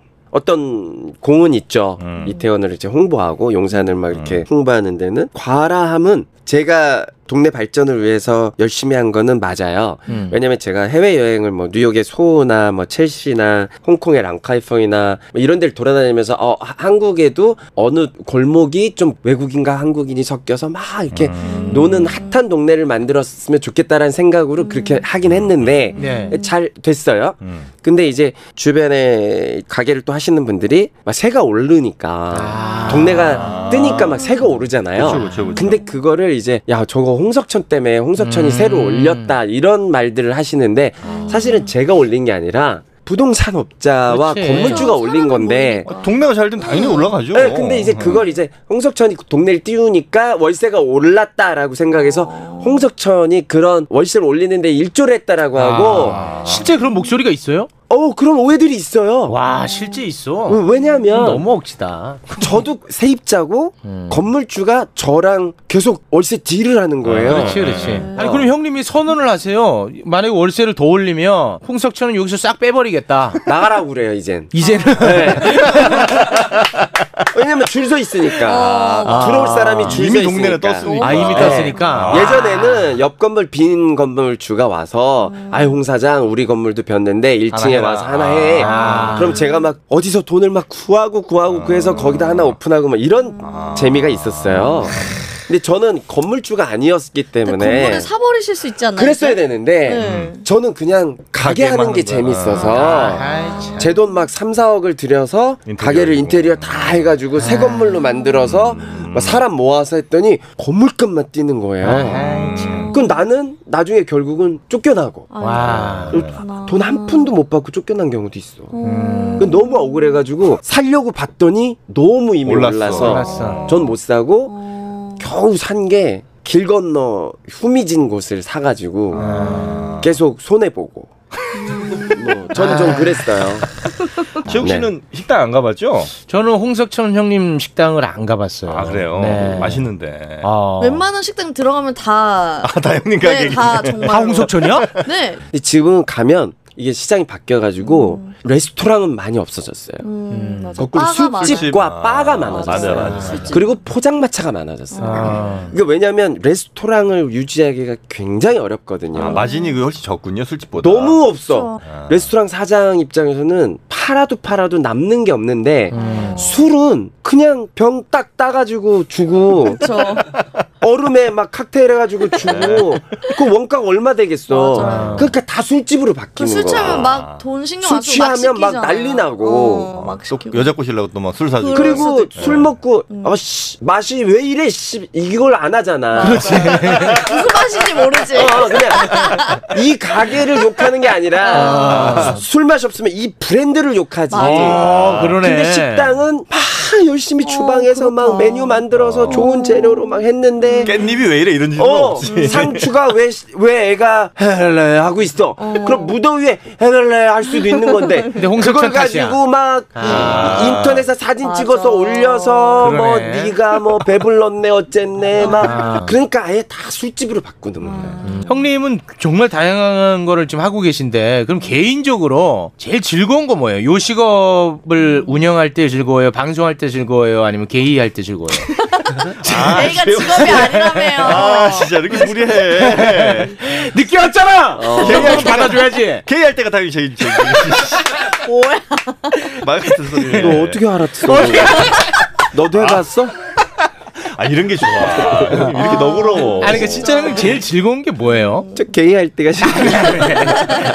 S8: 어떤 공은 있죠. 이태원을 이제 홍보하고 용산을 막 이렇게 홍보하는 데는 과라함은 제가 동네 발전을 위해서 열심히 한 거는 맞아요. 왜냐면 제가 해외 여행을 뭐 뉴욕의 소호나 뭐 첼시나 홍콩의 랑카이펑이나 뭐 이런 데를 돌아다니면서 어 하- 한국에도 어느 골목이 좀 외국인과 한국인이 섞여서 막 이렇게 노는 핫한 동네를 만들었으면 좋겠다라는 생각으로 그렇게 하긴 했는데
S4: 네.
S8: 잘 됐어요.
S3: 음.
S8: 근데 이제 주변에 가게를 또 하시는 분들이 막 새가 오르니까 동네가 뜨니까 막 새가 오르잖아요.
S3: 그쵸, 그쵸, 그쵸.
S8: 근데 그거를 이제 야 저거 홍석천 때문에 홍석천이 새로 올렸다 이런 말들을 하시는데 사실은 제가 올린 게 아니라 부동산업자와
S4: 그치.
S8: 건물주가
S1: 그렇죠.
S8: 올린 건데
S1: 사람은
S3: 동네가 잘 되면 당연히 올라가죠. 음.
S8: 네, 근데 이제 그걸 이제 홍석천이 동네를 띄우니까 월세가 올랐다라고 생각해서
S3: 어.
S8: 홍석천이 그런 월세를 올리는데 일조를 했다라고 하고
S4: 아, 실제 그런 목소리가 있어요? 음.
S8: 어 그런 오해들이 있어요.
S4: 와, 실제 있어.
S8: 어, 왜냐하면
S4: 너무 억지다.
S8: 저도 세입자고
S3: 음.
S8: 건물주가 저랑 계속 월세 딜을 하는 거예요.
S4: 그렇지, 그렇지. 아니 그럼 형님이 선언을 하세요. 만약에 월세를 더 올리면 홍석천은 여기서 싹 빼버리겠다.
S8: 나가라고 그래요 이젠.
S4: 이제는
S8: 왜냐면 줄 서 있으니까
S1: 아.
S8: 들어올 사람이 줄 서
S3: 이미
S8: 있으니까.
S3: 동네는 떴으니까.
S4: 아 이미
S8: 네.
S4: 떴으니까.
S8: 예전에는 옆 건물 빈 건물주가 와서
S1: 음.
S8: 아유 홍 사장 우리 건물도 ቢ었는데 1층에
S3: 해라.
S8: 와서 하나 해.
S4: 아.
S8: 그럼 제가 막 어디서 돈을 막 구하고 구하고
S3: 아.
S8: 구해서 거기다 하나 오픈하고 막 이런 재미가 있었어요. 근데 저는 건물주가 아니었기
S1: 근데
S8: 때문에
S1: 건물을 사버리실 수 있지 않나요?
S8: 그랬어야 되는데
S1: 네.
S8: 저는 그냥 가게
S3: 가게만
S8: 하는 게
S3: 하는 거야.
S8: 재밌어서
S4: 아이, 참.
S8: 제 돈 막 3, 4억을 들여서
S3: 인테리어로. 아.
S8: 가게를 인테리어 다 해가지고 새 건물로 만들어서
S3: 음.
S8: 막 사람 모아서 했더니 건물값만 뛰는 거예요.
S4: 아이, 참.
S8: 그럼 나는 나중에 결국은 쫓겨나고
S1: 아이고.
S4: 와.
S3: 네.
S8: 돈 한 푼도 못 받고 쫓겨난 경우도 있어.
S1: 음.
S8: 그건 너무 억울해가지고 살려고 봤더니 너무 이미
S3: 올랐어.
S8: 올라서
S4: 몰랐어.
S8: 전 못 사고
S1: 어.
S8: 겨우 산 게 길 건너 후미진 곳을 사가지고
S3: 아.
S8: 계속 손해 보고.
S1: 음.
S8: 뭐 저는 좀 그랬어요.
S3: 지혁 씨는
S8: 네.
S3: 식당 안 가봤죠?
S4: 저는 홍석천 형님 식당을 안 가봤어요.
S3: 아 그래요.
S4: 네.
S3: 맛있는데. 아,
S4: 아.
S1: 어. 웬만한 식당 들어가면 다.
S8: 아, 그러니까
S3: 다영님 가게.
S4: 아,
S1: 네, 다 정말.
S4: 다 홍석천이야?
S1: 네.
S8: 근데 지금 가면 이게 시장이 바뀌어가지고 레스토랑은 많이 없어졌어요.
S1: 음, 맞아.
S8: 거꾸로
S1: 바가 많아.
S8: 술집과
S3: 많아.
S8: 바가
S3: 아,
S8: 많아졌어요.
S3: 맞아요, 맞아요.
S1: 술집.
S8: 그리고 포장마차가 많아졌어요.
S4: 아.
S8: 그러니까 왜냐하면 레스토랑을 유지하기가 굉장히 어렵거든요.
S3: 아, 마진이 그 훨씬 적군요 술집보다.
S8: 너무 없어. 레스토랑 사장 입장에서는 팔아도 팔아도 남는 게 없는데
S3: 음.
S8: 술은 그냥 병 딱 따가지고 주고
S1: 그렇죠.
S8: 얼음에 막 칵테일 해가지고
S3: 네.
S8: 주고 그 원가가 얼마 되겠어.
S1: 맞아요.
S8: 그러니까 다 술집으로
S1: 그
S8: 바뀌는 거야.
S1: 술취하면 막 돈 신경 안
S8: 아. 술
S1: 쓰고 막
S8: 취하면 막
S1: 시키잖아요.
S8: 난리 나고. 아,
S1: 어, 막
S3: 또
S1: 시키고.
S3: 여자 꼬시려고 또 막 술 사주고.
S1: 그럴 수도
S8: 그리고
S1: 있죠.
S3: 네.
S8: 술 먹고
S1: 음.
S8: 아씨 맛이 왜 이래 씨 이걸 안 하잖아.
S1: 그 무슨 맛인지 모르지.
S8: 어, 그냥 이 가게를 욕하는 게 아니라 술 맛이 없으면 이 브랜드를 욕하지.
S4: 아, 그러네. 어,
S8: 근데 식당은 막 열심히 주방에서 막
S1: 그렇다.
S8: 메뉴 만들어서 좋은 재료로 막 했는데
S3: 음. 깻잎이 왜 이래 이런 짓은
S8: 어
S3: 없지.
S8: 상추가 왜 왜 애가 헤렐레 하고 있어. 그럼 무더위에 헤렐레 할 수도 있는 건데.
S4: 근데 홍석천
S8: 그걸
S4: 탓이야.
S8: 가지고 막
S4: 아.
S8: 인터넷에 사진
S1: 맞아.
S8: 찍어서 올려서 뭐
S4: 그러네.
S8: 네가 뭐 배불렀네 어쨌네 막
S4: 아. 음.
S8: 그러니까 아예 다 술집으로 바꾸는 거야.
S4: 형님은 정말 다양한 거를 지금 하고 계신데 그럼 개인적으로 제일 즐거운 거 뭐예요? 요식업을 운영할 때 즐거워요? 방송할 때 즐거워요? 아니면 게이할 때 즐거워요?
S8: 아,
S1: 내가 직업이 아니라며요.
S3: 아 진짜 이렇게 무리해.
S4: 늦게 왔잖아!
S8: 어.
S4: 게이하게 받아줘야지!
S3: 개의할 때가 당연히 제일 제일.
S1: 뭐야.
S3: 말 같은 소리.
S8: 너 어떻게 알았어? 너도 해봤어?
S3: 아 이런 게 좋아. 형님 이렇게 너그러워.
S4: 아니, 그러니까 진짜
S8: 어.
S4: 형님 제일 즐거운 게 뭐예요?
S8: 저 게이 할 때가 싫어.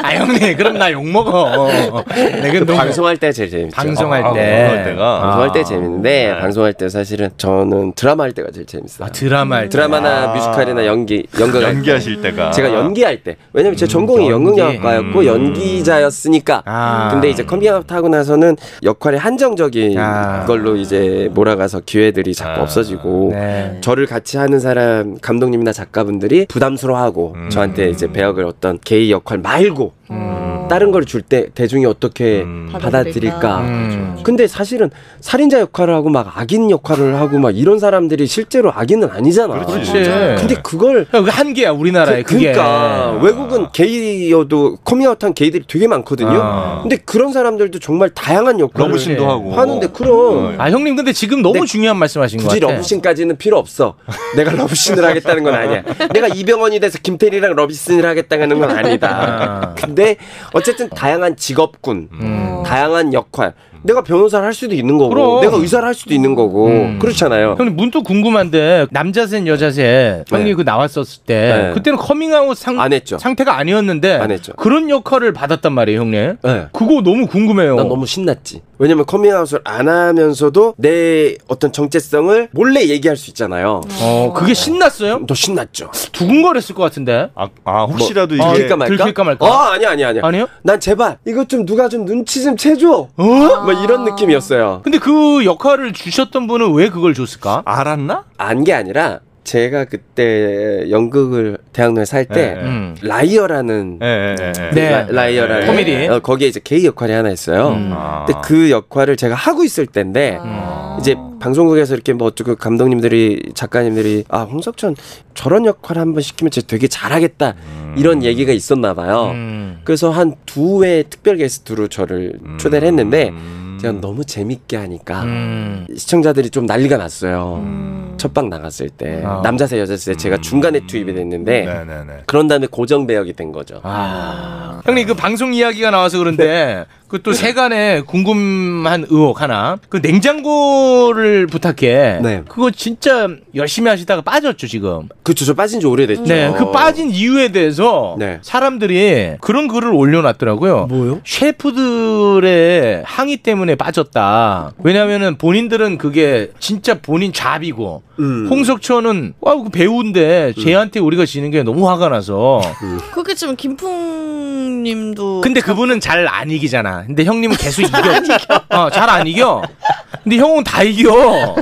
S4: 아, 형님, 그럼 나 욕먹어. 내가 그 너무.
S8: 그러니까 방송할 때 제일 재밌죠. 어,
S4: 방송할 아.
S3: 아,
S4: 때.
S3: 방송할 때가.
S8: 방송할 때 재밌는데 방송할 때 사실은 저는 드라마 할 때가 제일 재밌어요.
S4: 아, 드라마 할 때.
S8: 드라마나
S3: 아.
S8: 뮤지컬이나 연기 연극 할 때.
S3: 연기하실 때가.
S8: 제가 연기할 때 왜냐면 제 전공이
S4: 연기.
S8: 연극영화과였고
S3: 아. 음.
S8: 연기자였으니까
S4: 아.
S8: 근데 이제 컴백아웃 하고 나서는 역할이 한정적인
S4: 아.
S8: 걸로 이제 몰아가서 기회들이 자꾸
S3: 아.
S8: 없어지고
S4: 네.
S8: 저를 같이 하는 사람 감독님이나 작가분들이 부담스러워하고
S3: 음.
S8: 저한테 이제 배역을 어떤 게이 역할 말고 다른 걸 줄 때 대중이 어떻게
S3: 음. 그렇죠,
S8: 받아들일까
S4: 음.
S8: 근데 사실은 살인자 역할을 하고 막 악인 역할을 하고 막 이런 사람들이 실제로 악인은 아니잖아.
S3: 그렇지. 예.
S8: 근데 그걸
S4: 그러니까 그게 한계야, 우리나라에.
S8: 그,
S4: 그, 게
S8: 러니까 외국은 게이여도 커밍아웃한 게이들이 되게 많거든요.
S4: 아.
S8: 근데 그런 사람들도 정말 다양한 역할을
S3: 러브신도 하고.
S8: 하는데 그럼
S4: 아, 형님, 근데 지금 너무
S8: 네.
S4: 중요한 말씀하신 것
S8: 굳이
S4: 같아.
S8: 러브신까지는 필요 없어. 내가 러브신을 하겠다는 건 아니야. 내가 이병헌이 돼서 김태리랑 러브신을 하겠다는 건 아니다.
S4: 아.
S8: 근데 어쨌든 다양한 직업군,
S4: 음.
S8: 다양한 역할. 내가 변호사를 할 수도 있는 거고,
S4: 그럼. 음.
S8: 내가 의사를 할 수도 있는 거고, 그렇잖아요.
S4: 형님 문득 궁금한데 남자셋 여자셋 형님
S8: 네.
S4: 그 나왔었을 때
S8: 네.
S4: 그때는 커밍아웃 상,
S8: 안 했죠.
S4: 상태가 아니었는데
S8: 안 했죠.
S4: 그런 역할을 받았단 말이에요 형님
S8: 네.
S4: 그거 너무 궁금해요
S8: 난 너무 신났지. 왜냐면 커밍아웃을 안 하면서도 내 어떤 정체성을 몰래 얘기할 수 있잖아요.
S4: 어, 그게 신났어요?
S8: 더 신났죠.
S4: 두근거렸을 것 같은데
S3: 아, 아 혹시라도
S4: 뭐,
S3: 이게
S8: 들킬까 말까?
S4: 들킬까 말까?
S8: 어, 아니야, 아니야, 아니야.
S4: 아니요?
S8: 난 제발 이거 좀 누가 좀 눈치 좀 채줘. 어? 막 이런 느낌이었어요.
S4: 근데 그 역할을 주셨던 분은 왜 그걸 줬을까?
S3: 알았나?
S8: 안 게 아니라 제가 그때 연극을 대학로에 살 때
S3: 네.
S4: 음.
S8: 라이어라는
S3: 예, 예, 예.
S4: 네.
S8: 라, 이어라는
S4: 코미디.
S8: 거기에 이제 게이 역할이 하나 있어요.
S4: 음.
S3: 아.
S8: 근데 그 역할을 제가 하고 있을 때인데
S4: 아.
S8: 이제 방송국에서 이렇게 뭐 어쩌고 감독님들이 작가님들이 아 홍석천 저런 역할 한번 시키면 쟤 되게 잘하겠다
S3: 음.
S8: 이런 얘기가 있었나 봐요.
S4: 음.
S8: 그래서 한 두 회 특별 게스트로 저를 초대를 했는데
S3: 음.
S8: 제가 너무 재밌게 하니까
S4: 음.
S8: 시청자들이 좀 난리가 났어요.
S3: 음.
S8: 첫방 나갔을 때
S4: 아.
S8: 남자세 여자세 제가 중간에 투입이 됐는데
S3: 네네네.
S8: 그런 다음에 고정 배역이 된 거죠.
S4: 아. 형님 그 방송 이야기가 나와서 그런데
S3: 네.
S4: 그 또 세간에 궁금한 의혹 하나 그 냉장고를 부탁해
S8: 네.
S4: 그거 진짜 열심히 하시다가 빠졌죠 지금
S8: 그쵸 저 빠진 지 오래됐죠.
S4: 네 그 빠진 이유에 대해서
S8: 어. 네.
S4: 사람들이 그런 글을 올려놨더라고요
S8: 뭐요?
S4: 셰프들의 항의 때문에 빠졌다 왜냐면은 본인들은 그게 진짜 본인 잡이고
S8: 음.
S4: 홍석천은 와그 배우인데 쟤한테 우리가 지는 게 너무 화가 나서
S8: 음.
S1: 그렇게 지금 김풍님도
S4: 근데 그분은 잘 안 이기잖아. 근데 형님은 계속 이겨. 어, 잘 안 이겨. 근데 형은 다 이겨.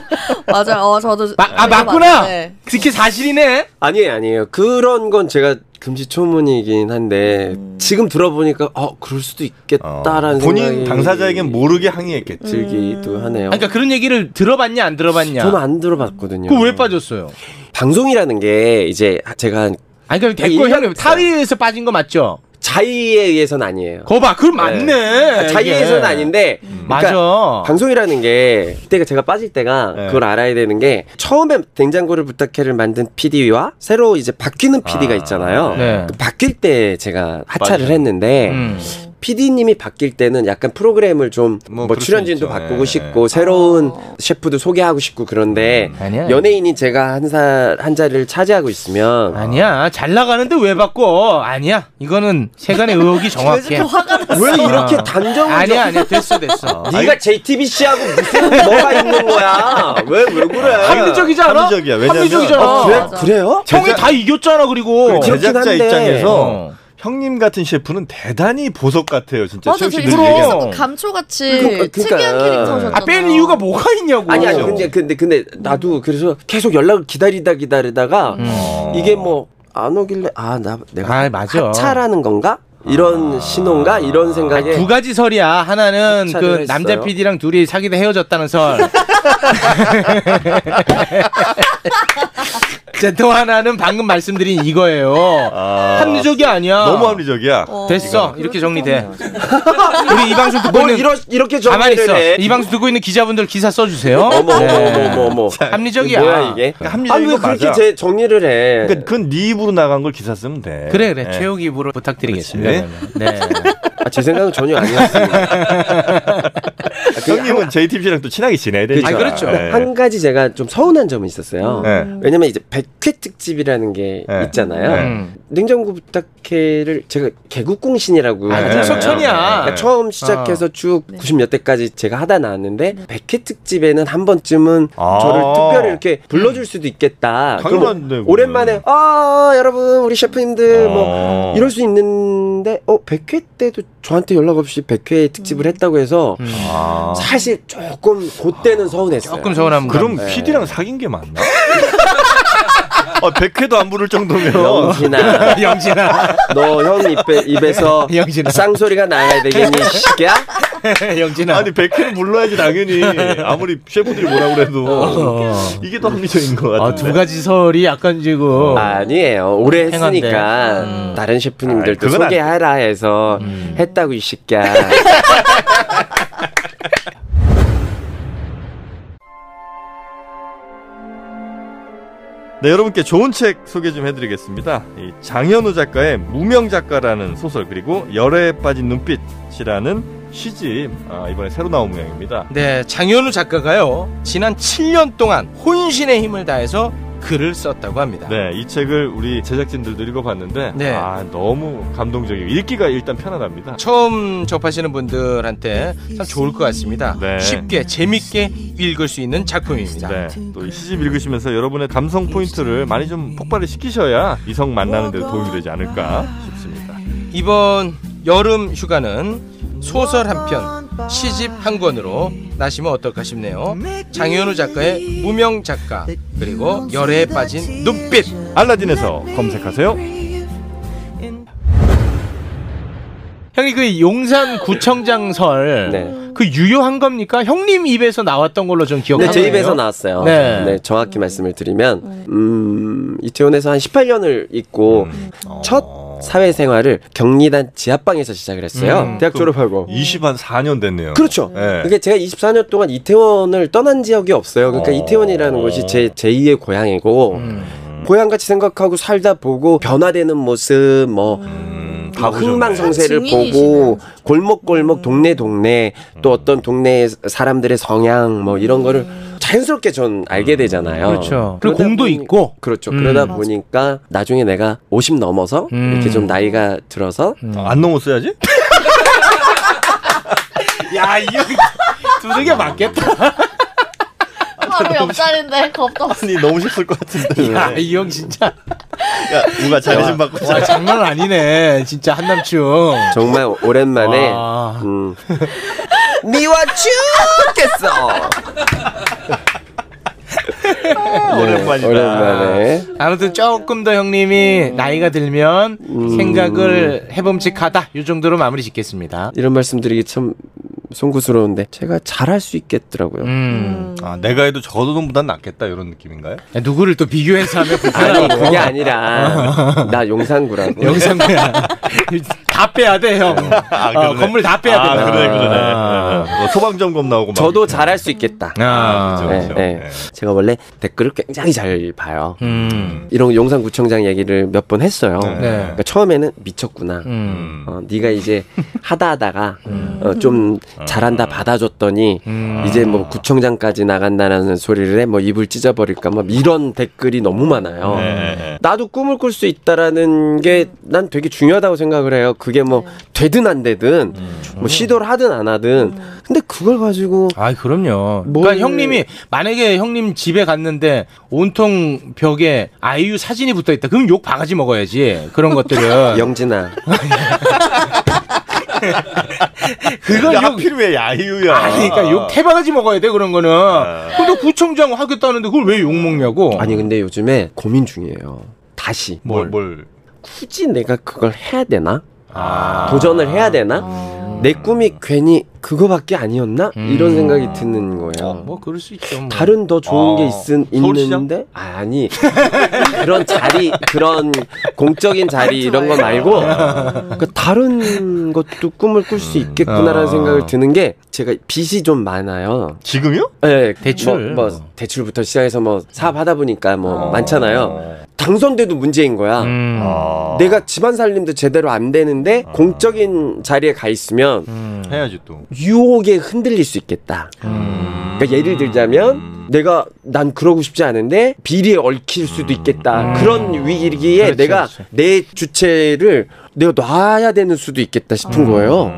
S1: 맞아요. 어, 저도
S4: 마, 아,
S8: 네,
S1: 이거
S4: 맞구나.
S1: 맞는데.
S4: 그게 사실이네.
S8: 아니에요, 아니에요. 그런 건 제가 금시초문이긴 한데
S4: 음.
S8: 지금 들어보니까 어 그럴 수도
S3: 어.
S8: 있겠다라는
S3: 본인
S8: 생각이
S3: 당사자에겐 모르게 항의했겠지.
S8: 들기도 하네요.
S4: 그러니까 그런 얘기를 들어봤냐 안 들어봤냐.
S8: 저는 안 들어봤거든요.
S4: 그왜 빠졌어요?
S8: 방송이라는 게 이제 제가 한
S4: 아니 그러니까 댓글
S8: 일년
S4: 형님
S8: 됐어요.
S4: 타위에서 빠진 거 맞죠?
S8: 자의에 의해서는 아니에요.
S4: 거봐, 그럼 맞네.
S8: 아, 자기의
S4: 이게.
S8: 해서는 아닌데 그러니까
S4: 맞아. 네.
S8: 방송이라는 게 그때가 제가 빠질 때가 그걸 알아야 되는 게 처음에 냉장고를 부탁해를 만든 PD와 새로 이제 바뀌는 PD가 있잖아요.
S4: 네.
S8: 그 바뀔 때 제가 하차를
S3: 맞아요.
S8: 했는데
S4: 음.
S8: PD님이 바뀔 때는 약간 프로그램을 좀
S3: 뭐
S8: 뭐
S3: 그럴 수
S8: 출연진도
S3: 있죠.
S8: 바꾸고
S3: 예, 음.
S8: 싶고 새로운 셰프도 소개하고 싶고 그런데
S4: 아. 아니야.
S8: 연예인이 제가 한사한 자리를 차지하고 있으면
S4: 아니야. 잘 나가는데 왜 바꿔? 아니야. 이거는 세간의 의혹이 정확해.
S8: 왜 이렇게 단정을
S4: 아. 아니야, 아니야. 됐어, 됐어.
S8: 네가 JTBC하고 무슨 뭐가 있는 거야? 왜 왜 그래?
S4: 합리적이지 않아?
S3: 합리적이야. 왜냐면-
S4: 합리적이잖아.
S1: 어, 그래?
S8: 그, 래요
S4: 형이 다 이겼잖아, 그리고.
S8: 그렇지. 그렇긴
S3: 제작자
S8: 한데.
S3: 입장에서
S4: 어.
S3: 형님 같은 셰프는 대단히 보석 같아요. 진짜.
S1: 맞아,
S3: 최욱 씨
S1: 되게
S3: 늘
S4: 그럼.
S3: 얘기하는
S4: 어.
S1: 재밌었고 감초같이
S8: 그러니까, 그러니까.
S1: 특이한 캐릭터셨잖아.
S4: 아, 뺀 이유가 뭐가 있냐고.
S8: 아니 아니 근데 근데 근데 나도 그래서 계속 연락을 기다리다 기다리다가 이게 뭐 안 오길래 아 나 내가
S4: 음. 어. 아, 맞아.
S8: 하차라는 건가?
S3: 아.
S8: 이런 신호인가? 이런 생각에
S4: 두 가지 설이야. 하나는
S8: 네. 하차를
S4: 그
S8: 했어요.
S4: 남자 PD랑 둘이 사귀다 헤어졌다는 설. 이제 또 하나는 방금 말씀드린 이거예요.
S3: 아.
S4: 합리적이 아니야.
S3: 너무 합리적이야.
S4: 됐어. 이렇게 정리돼. 우리 이 방송 듣고
S8: 뭘
S4: 있는
S8: 이러, 이렇게
S4: 가만히
S8: 정리를
S4: 있어.
S8: 해?
S4: 이 방송 듣고 있는 기자분들 기사 써주세요.
S8: 어머 어머
S4: 네.
S8: 어머 어머 어머
S4: 합리적이야.
S8: 뭐야 이게?
S3: 그러니까 합리적인
S8: 아니 왜
S3: 거
S8: 그렇게
S3: 맞아.
S8: 제 정리를 해?
S3: 그러니까 그건 네 입으로 나간 걸 기사 쓰면 돼.
S4: 그래 그래
S3: 예.
S4: 최욱 입으로 부탁드리겠습니다.
S3: 그렇지.
S4: 네.
S8: 아, 제 생각은 전혀 아니었습니다.
S3: 아, 형님은 JTBC랑 또 친하게 지내야 되니까.
S4: 아, 그렇죠.
S3: 예.
S8: 한 가지 제가 좀 서운한 점이 있었어요.
S3: 네.
S8: 왜냐면 이제 백회 특집이라는 게
S3: 네.
S8: 있잖아요.
S4: 음.
S8: 냉장고 부탁해를 제가 개국공신이라고
S3: 예.
S4: 아,
S3: 그렇죠.
S8: 하잖아요.
S4: 홍석천이야.
S8: 그러니까 처음 시작해서 쭉 90몇 대까지 제가 하다 나왔는데 백회 특집에는 한 번쯤은
S3: 아.
S8: 저를 특별히 이렇게 불러줄 수도 있겠다.
S3: 당연한데,
S8: 그럼
S3: 그거는.
S8: 오랜만에 아 여러분 우리 셰프님들
S3: 어.
S8: 뭐 이럴 수 있는데 어 백회 때도 저한테 연락 없이 백회 특집을 했다고 해서
S3: 아.
S8: 사실 조금 그때는 서운했어요.
S4: 조금 서운합니다.
S3: 그럼 PD랑 사귄 게 맞나? 아, 100회도 안 부를 정도면.
S8: 영진아,
S4: 영진아,
S8: 너 형 입에 입에서
S4: 영진아.
S8: 쌍소리가 나야 되겠니, 시끼야?
S4: 네, 영진아.
S3: 아니 100회는 불러야지 당연히 아무리 셰프들이 뭐라 그래도 이게 더 합리적인 것
S4: 어. 아,
S3: 같은데
S4: 두 가지 설이 약간 지금
S8: 아니에요. 오래
S4: 어. 행한데. 음.
S8: 했으니까 다른
S3: 아,
S8: 셰프님들도
S3: 그건 안
S8: 소개하라 해서 했다고 이 시끼야.
S4: 아,
S3: 네 여러분께 좋은 책 소개 좀 해드리겠습니다 이 장현우 작가의 무명 작가라는 소설 그리고 열애에 빠진 눈빛이라는 시집 아, 이번에 새로 나온 모양입니다
S4: 네, 장현우 작가가요. 지난 7년 동안 혼신의 힘을 다해서 글을 썼다고 합니다.
S3: 네 이 책을 우리 제작진들도 읽어봤는데
S4: 네.
S3: 아 너무 감동적이고 읽기가 일단 편안합니다
S4: 처음 접하시는 분들한테 참 좋을 것 같습니다.
S3: 네.
S4: 쉽게 재밌게 읽을 수 있는 작품입니다.
S3: 네, 또 이 시집 읽으시면서 여러분의 감성 포인트를 많이 좀 폭발을 시키셔야 이성 만나는 데 도움이 되지 않을까 싶습니다
S4: 이번 여름 휴가는 소설 한 편 시집 한 권으로 나시면 어떨까 싶네요. 장현우 작가의 무명 작가 그리고 열애에 빠진 눈빛
S3: 알라딘에서 검색하세요
S4: 형님 그 용산 구청장설
S8: 네.
S4: 그 유효한 겁니까? 형님 입에서 나왔던 걸로 좀 기억하네요.
S8: 근데 제 입에서 나왔어요.
S4: 네.
S8: 네. 정확히 말씀을 드리면, 음, 이태원에서 한 18년을 있고,
S3: 음.
S8: 첫
S3: 어.
S8: 사회생활을 격리단 지하방에서 시작을 했어요.
S4: 음,
S8: 대학 졸업하고.
S3: 20한 4년 됐네요
S8: 그렇죠.
S3: 네.
S8: 그게 제가 24년 동안 이태원을 떠난 지역이 없어요. 그러니까
S3: 어.
S8: 이태원이라는 곳이 제 제2의 고향이고
S4: 음.
S8: 고향 같이 생각하고 살다 보고 변화되는 모습 뭐
S3: 음, 다
S8: 뭐 흥망성쇠를
S1: 아, 증인이시네요. 음.
S8: 보고 골목골목 동네 동네
S4: 음.
S8: 또 어떤 동네 사람들의 성향 뭐 이런 거를 자연스럽게 전 알게 되잖아요.
S4: 음. 그렇죠. 그리고
S8: 그러다
S4: 공도
S8: 보니-
S4: 있고.
S8: 그렇죠.
S4: 음.
S8: 그러다 보니까 나중에 내가 50 넘어서
S4: 음.
S8: 이렇게 좀 나이가 들어서
S3: 아, 안 넘어 써야지?
S4: 야, 이거 두들겨 맞겠다.
S1: 바로 옆자리인데 겁도 없어.
S3: 아니 너무 쉽을 것
S8: 네.
S3: 같은데.
S4: 야, 이 형 진짜.
S3: 야, 누가 자리 좀 바꾸자.
S4: 와, 장난 아니네. 진짜 한남충.
S8: 정말 오랜만에
S4: 와.
S8: 음. 미워 죽겠어.
S3: 오랜만이다.
S8: 네, 오랜만에.
S4: 아무튼 조금 더 형님이 나이가 들면
S8: 음.
S4: 생각을 해봄직하다. 이 정도로 마무리 짓겠습니다.
S8: 이런 말씀드리기 참 송구스러운데 제가 잘할 수 있겠더라고요.
S4: 음.
S3: 아, 내가 해도 저도보단 낫겠다 이런 느낌인가요?
S4: 야, 누구를 또 비교해서 하면
S8: 아니
S4: 불편하고.
S8: 그게 아니라 나 용산구라고.
S4: 영상이야. 다 빼야 돼, 형.
S3: 아,
S4: 어,
S3: 그러네.
S4: 건물 다 빼야 돼.
S3: 아, 그러네, 그러네.
S4: 아.
S3: 네, 네. 뭐 소방점검 나오고 막.
S8: 저도 잘할 수 있겠다.
S4: 아,
S3: 그죠,
S8: 네,
S3: 그죠.
S8: 네.
S3: 네.
S8: 제가 원래 댓글을 굉장히 잘 봐요.
S4: 음.
S8: 이런 용산구청장 얘기를 몇 번 했어요.
S3: 네.
S8: 그러니까 처음에는 미쳤구나.
S4: 음.
S3: 음.
S8: 어, 네가 이제 하다 하다가 어, 좀
S3: 아.
S8: 잘한다 받아줬더니
S3: 음.
S8: 이제 뭐 구청장까지 나간다라는 소리를 해 뭐 입을 찢어버릴까 막 이런 댓글이 너무 많아요.
S3: 네.
S8: 나도 꿈을 꿀 수 있다라는 게 난 되게 중요하다고 생각을 해요. 그게 뭐 되든 안 되든
S3: 음.
S8: 뭐 시도를 하든 안 하든 근데 그걸 가지고
S4: 아, 그럼요.
S8: 뭘-
S4: 그러니까 형님이 만약에 형님 집에 갔는데 온통 벽에 아이유 사진이 붙어 있다. 그럼 욕 바가지 먹어야지. 그런 것들은
S8: 영진아
S4: 그건
S3: 야,
S4: 욕
S3: 하필 왜 야유야?
S4: 아니, 그러니까 욕 태바가지 먹어야 돼 그런 거는.
S3: 아.
S4: 근데 구청장 하겠다는데 그걸 왜 욕 먹냐고.
S8: 아니 근데 요즘에 고민 중이에요. 다시
S3: 뭘 뭘.
S8: 굳이 내가 그걸 해야 되나? 도전을 해야 되나? 내 꿈이 괜히 그거밖에 아니었나? 이런 생각이 드는 거예요.
S4: 뭐 그럴 수 있죠. 뭐.
S8: 다른 더 좋은
S3: 아,
S8: 게 있은
S3: 서울시장?
S8: 있는데 아니 그런 자리 그런 공적인 자리 이런 거 말고
S3: 아.
S8: 그 다른 것도 꿈을 꿀
S3: 음.
S8: 수 있겠구나라는
S4: 어.
S8: 생각을 드는 게 제가 빚이 좀 많아요.
S3: 지금요?
S8: 네,
S4: 대출.
S8: 뭐, 뭐 대출부터 시작해서 뭐 사업 하다 보니까 뭐 많잖아요. 당선돼도 문제인 거야.
S4: 음.
S3: 아.
S8: 내가 집안 살림도 제대로 안 되는데 공적인 자리에 가
S3: 음.
S8: 있으면
S3: 해야지 또.
S8: 유혹에 흔들릴 수 있겠다. 그러니까 예를 들자면 내가 난 그러고 싶지 않은데 비리에 얽힐 수도 있겠다. 그런 위기에
S4: 그렇지,
S8: 내가
S4: 그렇죠, 그렇지.
S8: 내 주체를 내가 놔야 되는 수도 있겠다 싶은 거예요.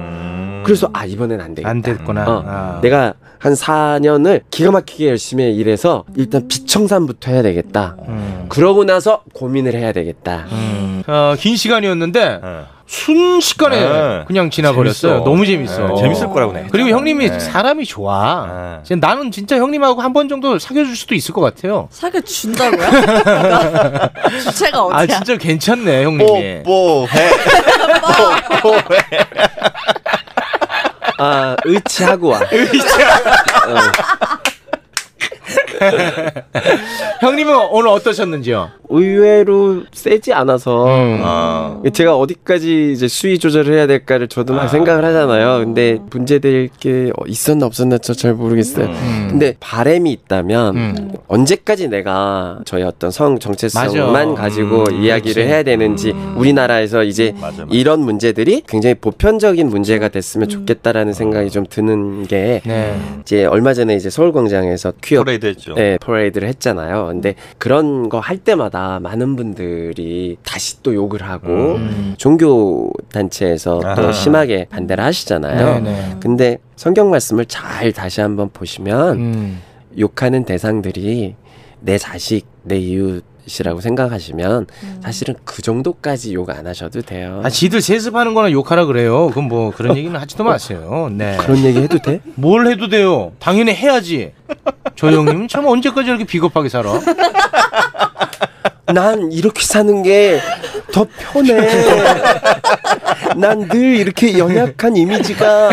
S8: 그래서 아 이번엔 안 되겠다.
S4: 안 됐구나.
S8: 어,
S4: 아.
S8: 내가 한 4년을 기가 막히게 열심히 일해서 일단 비청산부터 해야 되겠다.
S4: 음.
S8: 그러고 나서 고민을 해야 되겠다.
S4: 어, 긴 시간이었는데
S3: 네.
S4: 순식간에
S3: 네.
S4: 그냥 지나버렸어요.
S3: 재밌어.
S4: 너무 재밌어.
S3: 네, 재밌을 거라고 내.
S4: 그리고 형님이
S3: 네.
S4: 사람이 좋아.
S3: 네.
S4: 진짜 나는 진짜 형님하고 한 번 정도 사귀어줄 수도 있을 것 같아요.
S1: 사귀어 준다고요? 그러니까 주체가
S4: 아
S1: 어디야? 어,
S4: 진짜 괜찮네 형님이.
S3: 뽀뽀해.
S8: 아 의치하고 와.
S4: 형님은 오늘 어떠셨는지요?
S8: 의외로 세지 않아서
S4: 음.
S3: 아.
S8: 제가 어디까지 이제 수위 조절을 해야 될까를 저도 막 생각을 하잖아요. 근데 문제될 게 어, 있었나 없었나 저 잘 모르겠어요.
S3: 음.
S4: 음.
S8: 근데 바램이 있다면 언제까지 내가 저의 어떤 성 정체성만
S4: 맞아.
S8: 가지고
S4: 음,
S8: 이야기를
S4: 그렇지.
S8: 해야 되는지 우리나라에서 이제
S3: 맞아, 맞아.
S8: 이런 문제들이 굉장히 보편적인 문제가 됐으면 좋겠다라는 생각이 좀 드는 게
S4: 음. 네.
S8: 이제 얼마 전에 이제 서울광장에서 퀴어
S3: 포레이드 했죠.
S8: 네, 퍼레이드를 했잖아요. 근데 그런 거 할 때마다 많은 분들이 다시 또 욕을 하고 종교 단체에서
S3: 아하.
S8: 또 심하게 반대를 하시잖아요.
S4: 네네.
S8: 근데 성경 말씀을 잘 다시 한번 보시면
S4: 음.
S8: 욕하는 대상들이 내 자식, 내 이웃이라고 생각하시면 사실은 그 정도까지 욕 안 하셔도 돼요.
S4: 아 지들 세습하는 거나 욕하라 그래요. 그건 뭐 그런 얘기는 하지도 마세요. 네.
S8: 그런 얘기 해도 돼?
S4: 뭘 해도 돼요. 당연히 해야지. 저 형님은 참 언제까지 이렇게 비겁하게 살아?
S8: 난 이렇게 사는 게 더 편해. 난 늘 이렇게 연약한 이미지가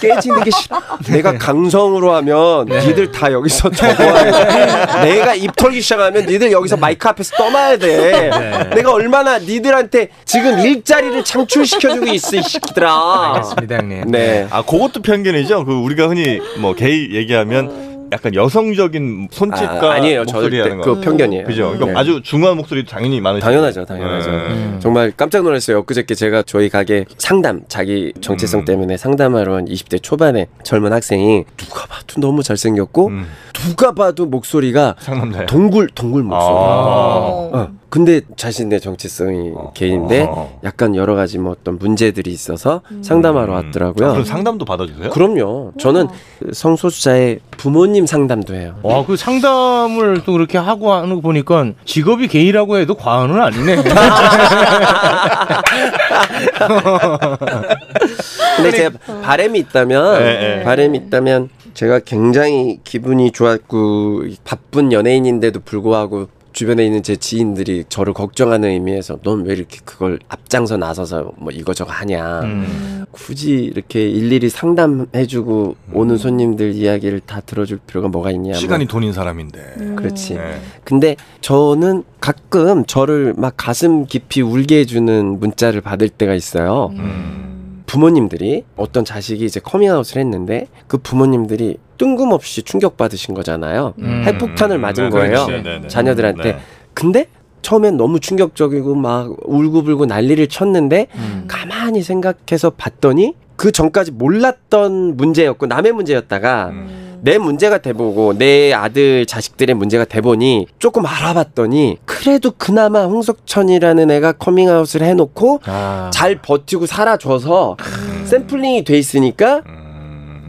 S8: 깨지는 게 싫어. 내가 강성으로 하면
S4: 네.
S8: 니들 다 여기서 적어야 돼. 내가 입 털기 시작하면 니들
S4: 네.
S8: 여기서 마이크 앞에서 떠나야 돼. 내가 얼마나 니들한테 지금 일자리를 창출시켜주고 있어, 이 새끼들아.
S4: 알겠습니다, 형님.
S8: 네.
S3: 아, 그것도 편견이죠. 그 우리가 흔히 뭐 게이 얘기하면 약간 여성적인 손짓과
S8: 아, 니에요
S3: 목소리
S8: 절대
S3: 하는 거.
S8: 그 편견이에요.
S3: 그죠. 그러니까
S8: 네.
S3: 아주 중요한 목소리 당연히 많으시죠.
S8: 당연하죠, 당연하죠.
S3: 네.
S8: 정말 깜짝 놀랐어요. 엊그저께 제가 저희 가게 상담, 자기
S3: 음.
S8: 정체성 때문에 상담하러 온 20대 초반의 젊은 학생이 누가 봐도 너무 잘생겼고,
S3: 음. 네.
S8: 누가 봐도 목소리가
S3: 상남자예요.
S8: 동굴, 동굴
S3: 아.
S8: 목소리. 어, 근데 자신의 정체성이 개인데
S3: 어.
S8: 약간 여러 가지 뭐 어떤 문제들이 있어서 상담하러 왔더라고요.
S3: 아, 그럼 상담도 받아주세요?
S8: 그럼요. 저는 성소수자의 부모님 상담도 해요.
S4: 와, 그 상담을 또 그렇게 하고 하는 거 보니까 직업이 게이라고 해도 과언은 아니네.
S8: 근데
S3: 그러니까.
S8: 제가 바람이 있다면
S3: 네, 네.
S8: 바람이 있다면 제가 굉장히 기분이 좋았고 바쁜 연예인인데도 불구하고 주변에 있는 제 지인들이 저를 걱정하는 의미에서 넌 왜 이렇게 그걸 앞장서 나서서 뭐 이거저거 하냐
S3: 음.
S8: 굳이 이렇게 일일이 상담해주고 오는 손님들 이야기를 다 들어줄 필요가 뭐가 있냐 뭐
S3: 시간이 돈인 사람인데.
S8: 그렇지
S3: 네.
S8: 근데 저는 가끔 저를 막 가슴 깊이 울게 해주는 문자를 받을 때가 있어요.
S3: 음.
S8: 부모님들이 어떤 자식이 이제 커밍아웃을 했는데 그 부모님들이 뜬금없이 충격받으신 거잖아요.
S3: 음.
S8: 핵폭탄을 맞은
S3: 네,
S8: 거예요.
S3: 그렇지. 네, 네.
S8: 자녀들한테.
S3: 네.
S8: 근데 처음엔 너무 충격적이고 막 울고불고 난리를 쳤는데
S3: 음.
S8: 가만히 생각해서 봤더니 그 전까지 몰랐던 문제였고 남의 문제였다가
S3: 음.
S8: 내 문제가 돼보고 내 아들 자식들의 문제가 돼보니 조금 알아봤더니 그래도 그나마 홍석천이라는 애가 커밍아웃을
S3: 네.
S8: 해놓고
S4: 아.
S8: 잘 버티고 살아줘서 샘플링이 돼 있으니까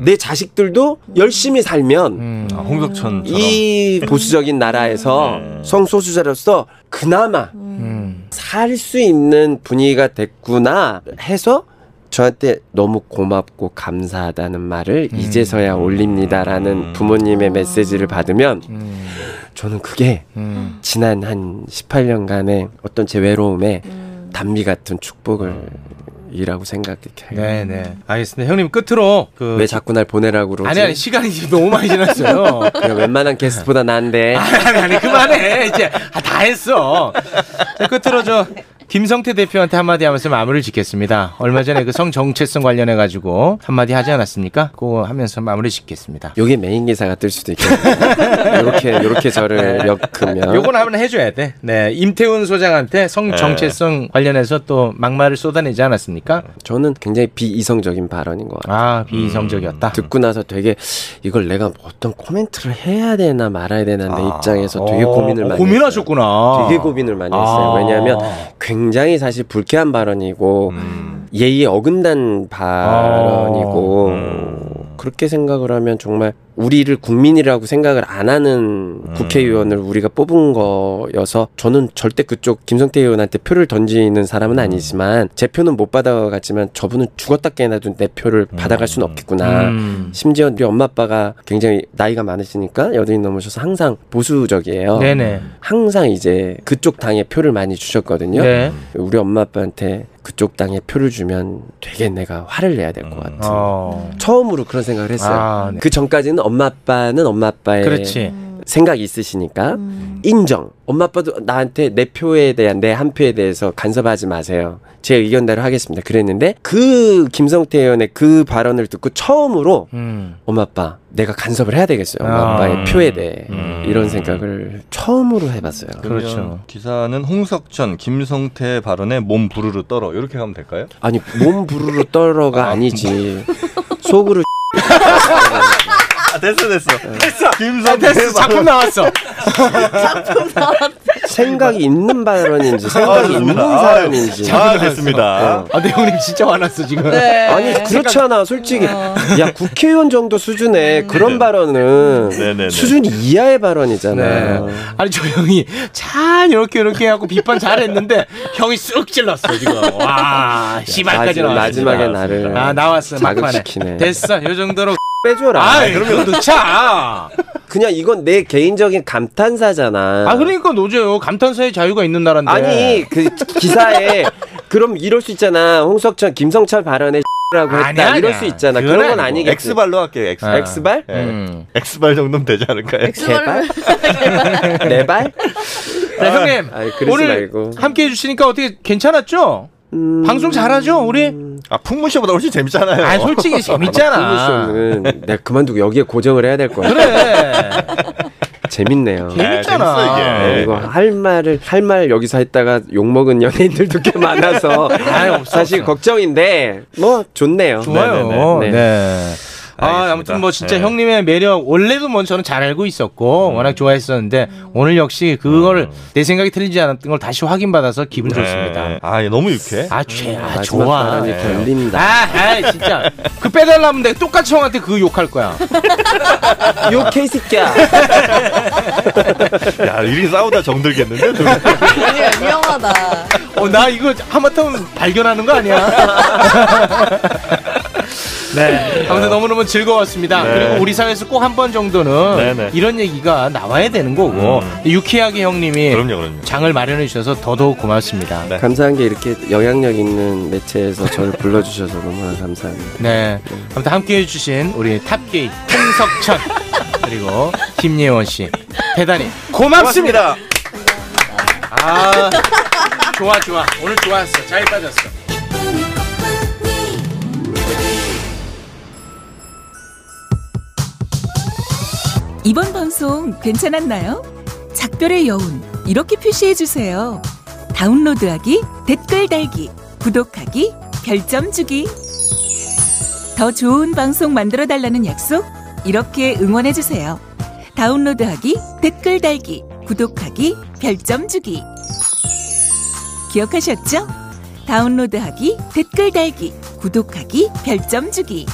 S8: 내 자식들도 열심히 살면
S4: 음.
S3: 아, 홍석천처럼.
S8: 이 보수적인 나라에서
S3: 음.
S8: 성소수자로서 그나마
S4: 음.
S8: 살 수 있는 분위기가 됐구나 해서 저한테 너무 고맙고 감사하다는 말을
S4: 음.
S8: 이제서야 올립니다라는 부모님의 메시지를 받으면
S4: 음.
S8: 저는 그게
S4: 음.
S8: 지난 한 18년간의 어떤 제 외로움에 단비 같은 축복을 이라고 생각해요.
S4: 네, 네. 알겠습니다. 형님 끝으로 그
S8: 왜 자꾸 날 보내라고 그러지?
S4: 아니 아니 시간이 지금 너무 많이 지났어요.
S8: 그냥 웬만한 게스트보다 나은데.
S4: 아니, 아니 그만해 이제 아, 다 했어. 자, 끝으로 저 김성태 대표한테 한마디 하면서 마무리를 짓겠습니다. 얼마 전에 그 성 정체성 관련해 가지고 한마디 하지 않았습니까? 그거 하면서 마무리 짓겠습니다.
S8: 요게 메인 기사가 뜰 수도 있겠네요. 요렇게, 요렇게 저를 엮으면.
S4: 네. 요건 한번 해줘야 돼. 네, 임태훈 소장한테 성 정체성
S8: 네.
S4: 관련해서 또 막말을 쏟아내지 않았습니까?
S8: 저는 굉장히 비이성적인 발언인 것 같아요.
S4: 아 비이성적이었다.
S8: 듣고 나서 되게 이걸 내가 어떤 코멘트를 해야 되나 말아야 되나 내
S3: 아,
S8: 입장에서 되게
S4: 어,
S8: 고민을 많이 했어요.
S4: 고민하셨구나.
S8: 되게 고민을 많이 했어요.
S4: 아.
S8: 왜냐하면 굉장히 사실 불쾌한
S4: 음.
S8: 발언이고
S3: 음.
S8: 예의에 어긋난
S4: 아,
S8: 발언이고
S4: 음.
S8: 그렇게 생각을 하면 정말 우리를 국민이라고 생각을 안 하는
S4: 음.
S8: 국회의원을 우리가 뽑은 거여서 저는 절대 그쪽 김성태 의원한테 표를 던지는
S4: 음.
S8: 사람은 아니지만 제 표는 못 받아갔지만 저분은 죽었다 깨어나도 내 표를 받아갈 수는 없겠구나.
S4: 음.
S8: 심지어 우리 엄마 아빠가 굉장히 나이가 많으시니까 여든 넘으셔서 항상 보수적이에요.
S4: 네네.
S8: 항상 이제 그쪽 당에 표를 많이 주셨거든요.
S4: 네.
S8: 우리 엄마 아빠한테 그쪽 당에 표를 주면 되게 내가 화를 내야 될 것 같은.
S4: 어.
S8: 처음으로 그런 생각을 했어요.
S4: 아, 네.
S8: 그 전까지는 엄마 아빠는 엄마 아빠의
S4: 그렇지.
S8: 생각이 있으시니까 인정. 엄마 아빠도 나한테 내 표에 대한 내 한 표에 대해서 간섭하지 마세요. 제 의견대로 하겠습니다. 그랬는데 그 김성태 의원의 그 발언을 듣고 처음으로
S4: 음.
S8: 엄마 아빠 내가 간섭을 해야 되겠어요. 엄마
S4: 아.
S8: 아빠의 표에 대해
S3: 음.
S8: 이런 생각을 처음으로 해봤어요.
S4: 그렇죠.
S3: 기사는 홍석천, 김성태 발언에 몸 부르르 떨어. 이렇게 가면 될까요?
S8: 아니 몸 부르르 떨어가 아니지 속으로
S3: 아, 됐어, 됐어.
S8: 네.
S3: 됐어.
S4: 아,
S3: 김성태
S4: 됐어. 작품 나왔어.
S8: 생각이 있는 발언인지 생각이 있는
S3: 아,
S8: 사람인지
S3: 아, 됐습니다.
S4: 아, 근데 형님 진짜 화났어 지금.
S8: 네. 아니 그렇잖아 솔직히 야 국회의원 정도 수준의
S4: 음,
S8: 그런 발언은
S3: 네네네.
S8: 수준 이하의
S4: 네.
S8: 발언이잖아
S4: 아니 저 형이 잘 이렇게 이렇게 해갖고 비판 잘했는데 형이 쑥 찔렀어 지금. 와 시발까지
S8: 마지막,
S4: 나왔어.
S8: 마지막에 나를
S4: 아 나왔어 막판에.
S8: 자극시키네.
S4: 됐어 요 정도로.
S8: 빼줘라
S4: 아 그러면 놓자.
S8: 네. 그냥 이건 내 개인적인 감탄사잖아
S4: 아 네. 그러니까 노죠 감탄사의 자유가 있는 나라인데.
S8: 아니 그 기사에 그럼 이럴 수 있잖아 홍석천 김성철 발언에 라고 했다
S4: 아니야,
S8: 이럴
S4: 아니야.
S8: 수 있잖아
S4: 그건
S8: 그런 건
S4: 아니고.
S8: 아니겠지
S3: 엑스발로 할게요. 엑스.
S4: 아.
S8: 엑스발
S3: 예.
S4: 음.
S3: 엑스발 정도면 되지 않을까요?
S8: 개발 네 내발
S4: 자, 형님
S8: 음. 아이, 그러지
S4: 네. 오늘
S8: 말고. 음.
S4: 함께 해주시니까 어떻게 괜찮았죠? 방송 잘하죠 우리?
S3: 아, 풍문쇼보다 훨씬 재밌잖아요.
S4: 아 솔직히 재밌잖아.
S8: 는 내가 그만두고 여기에 고정을 해야 될 거야.
S4: 그래.
S8: 재밌네요.
S3: 예,
S4: 재밌잖아. 네.
S3: 재밌어,
S8: 어,
S3: 이게.
S8: 이거 할 말을 할 말 여기서 했다가 욕 먹은 연예인들도 꽤 많아서
S4: 아이, 없어,
S8: 사실
S4: 없어.
S8: 걱정인데 뭐 좋네요.
S4: 좋아요. 네.
S8: 네네네.
S4: 아,
S3: 알겠습니다.
S4: 아무튼 뭐 진짜
S3: 네. 음.
S4: 형님의 매력 원래도 뭐 저는 잘 알고 있었고 워낙 좋아했었는데 오늘 역시 그걸 내 생각이 틀리지 않았던 걸 다시 확인받아서 기분 좋습니다.
S3: 네. 아, 예, 너무 유쾌해.
S4: 아, 최, 아,
S8: 마지막
S4: 좋아.
S8: 발언이
S4: 네. 아,
S8: 걸린다.
S4: 아, 진짜 그 빼달라면 내가 똑같이 형한테 그 욕할 거야. 아,
S8: 욕해 이 새끼야.
S3: 야, 일이 싸우다 정들겠는데? 둘이?
S1: 아니야 위험하다.
S4: 어, 나 이거 하마터면 발견하는 거 아니야? 네. 아무튼 너무너무 즐거웠습니다.
S3: 네.
S4: 그리고 우리 사회에서 꼭 한 번 정도는
S3: 네, 네.
S4: 이런 얘기가 나와야 되는 거고
S3: 음.
S4: 유쾌하게 형님이
S3: 그럼요, 그럼요.
S4: 장을 마련해 주셔서 더더욱 고맙습니다.
S3: 네.
S8: 감사한 게 이렇게 영향력 있는 매체에서 저를 불러주셔서 너무나 감사합니다.
S4: 네. 아무튼 함께 해주신 우리 탑게이 홍석천 그리고 김예원 씨 대단히 고맙습니다. 아 좋아 좋아 오늘 좋았어 잘 빠졌어.
S10: 이번 방송 괜찮았나요? 작별의 여운 이렇게 표시해 주세요. 다운로드하기, 댓글 달기, 구독하기, 별점 주기. 더 좋은 방송 만들어 달라는 약속 이렇게 응원해 주세요. 다운로드하기, 댓글 달기, 구독하기, 별점 주기. 기억하셨죠? 다운로드하기, 댓글 달기, 구독하기, 별점 주기.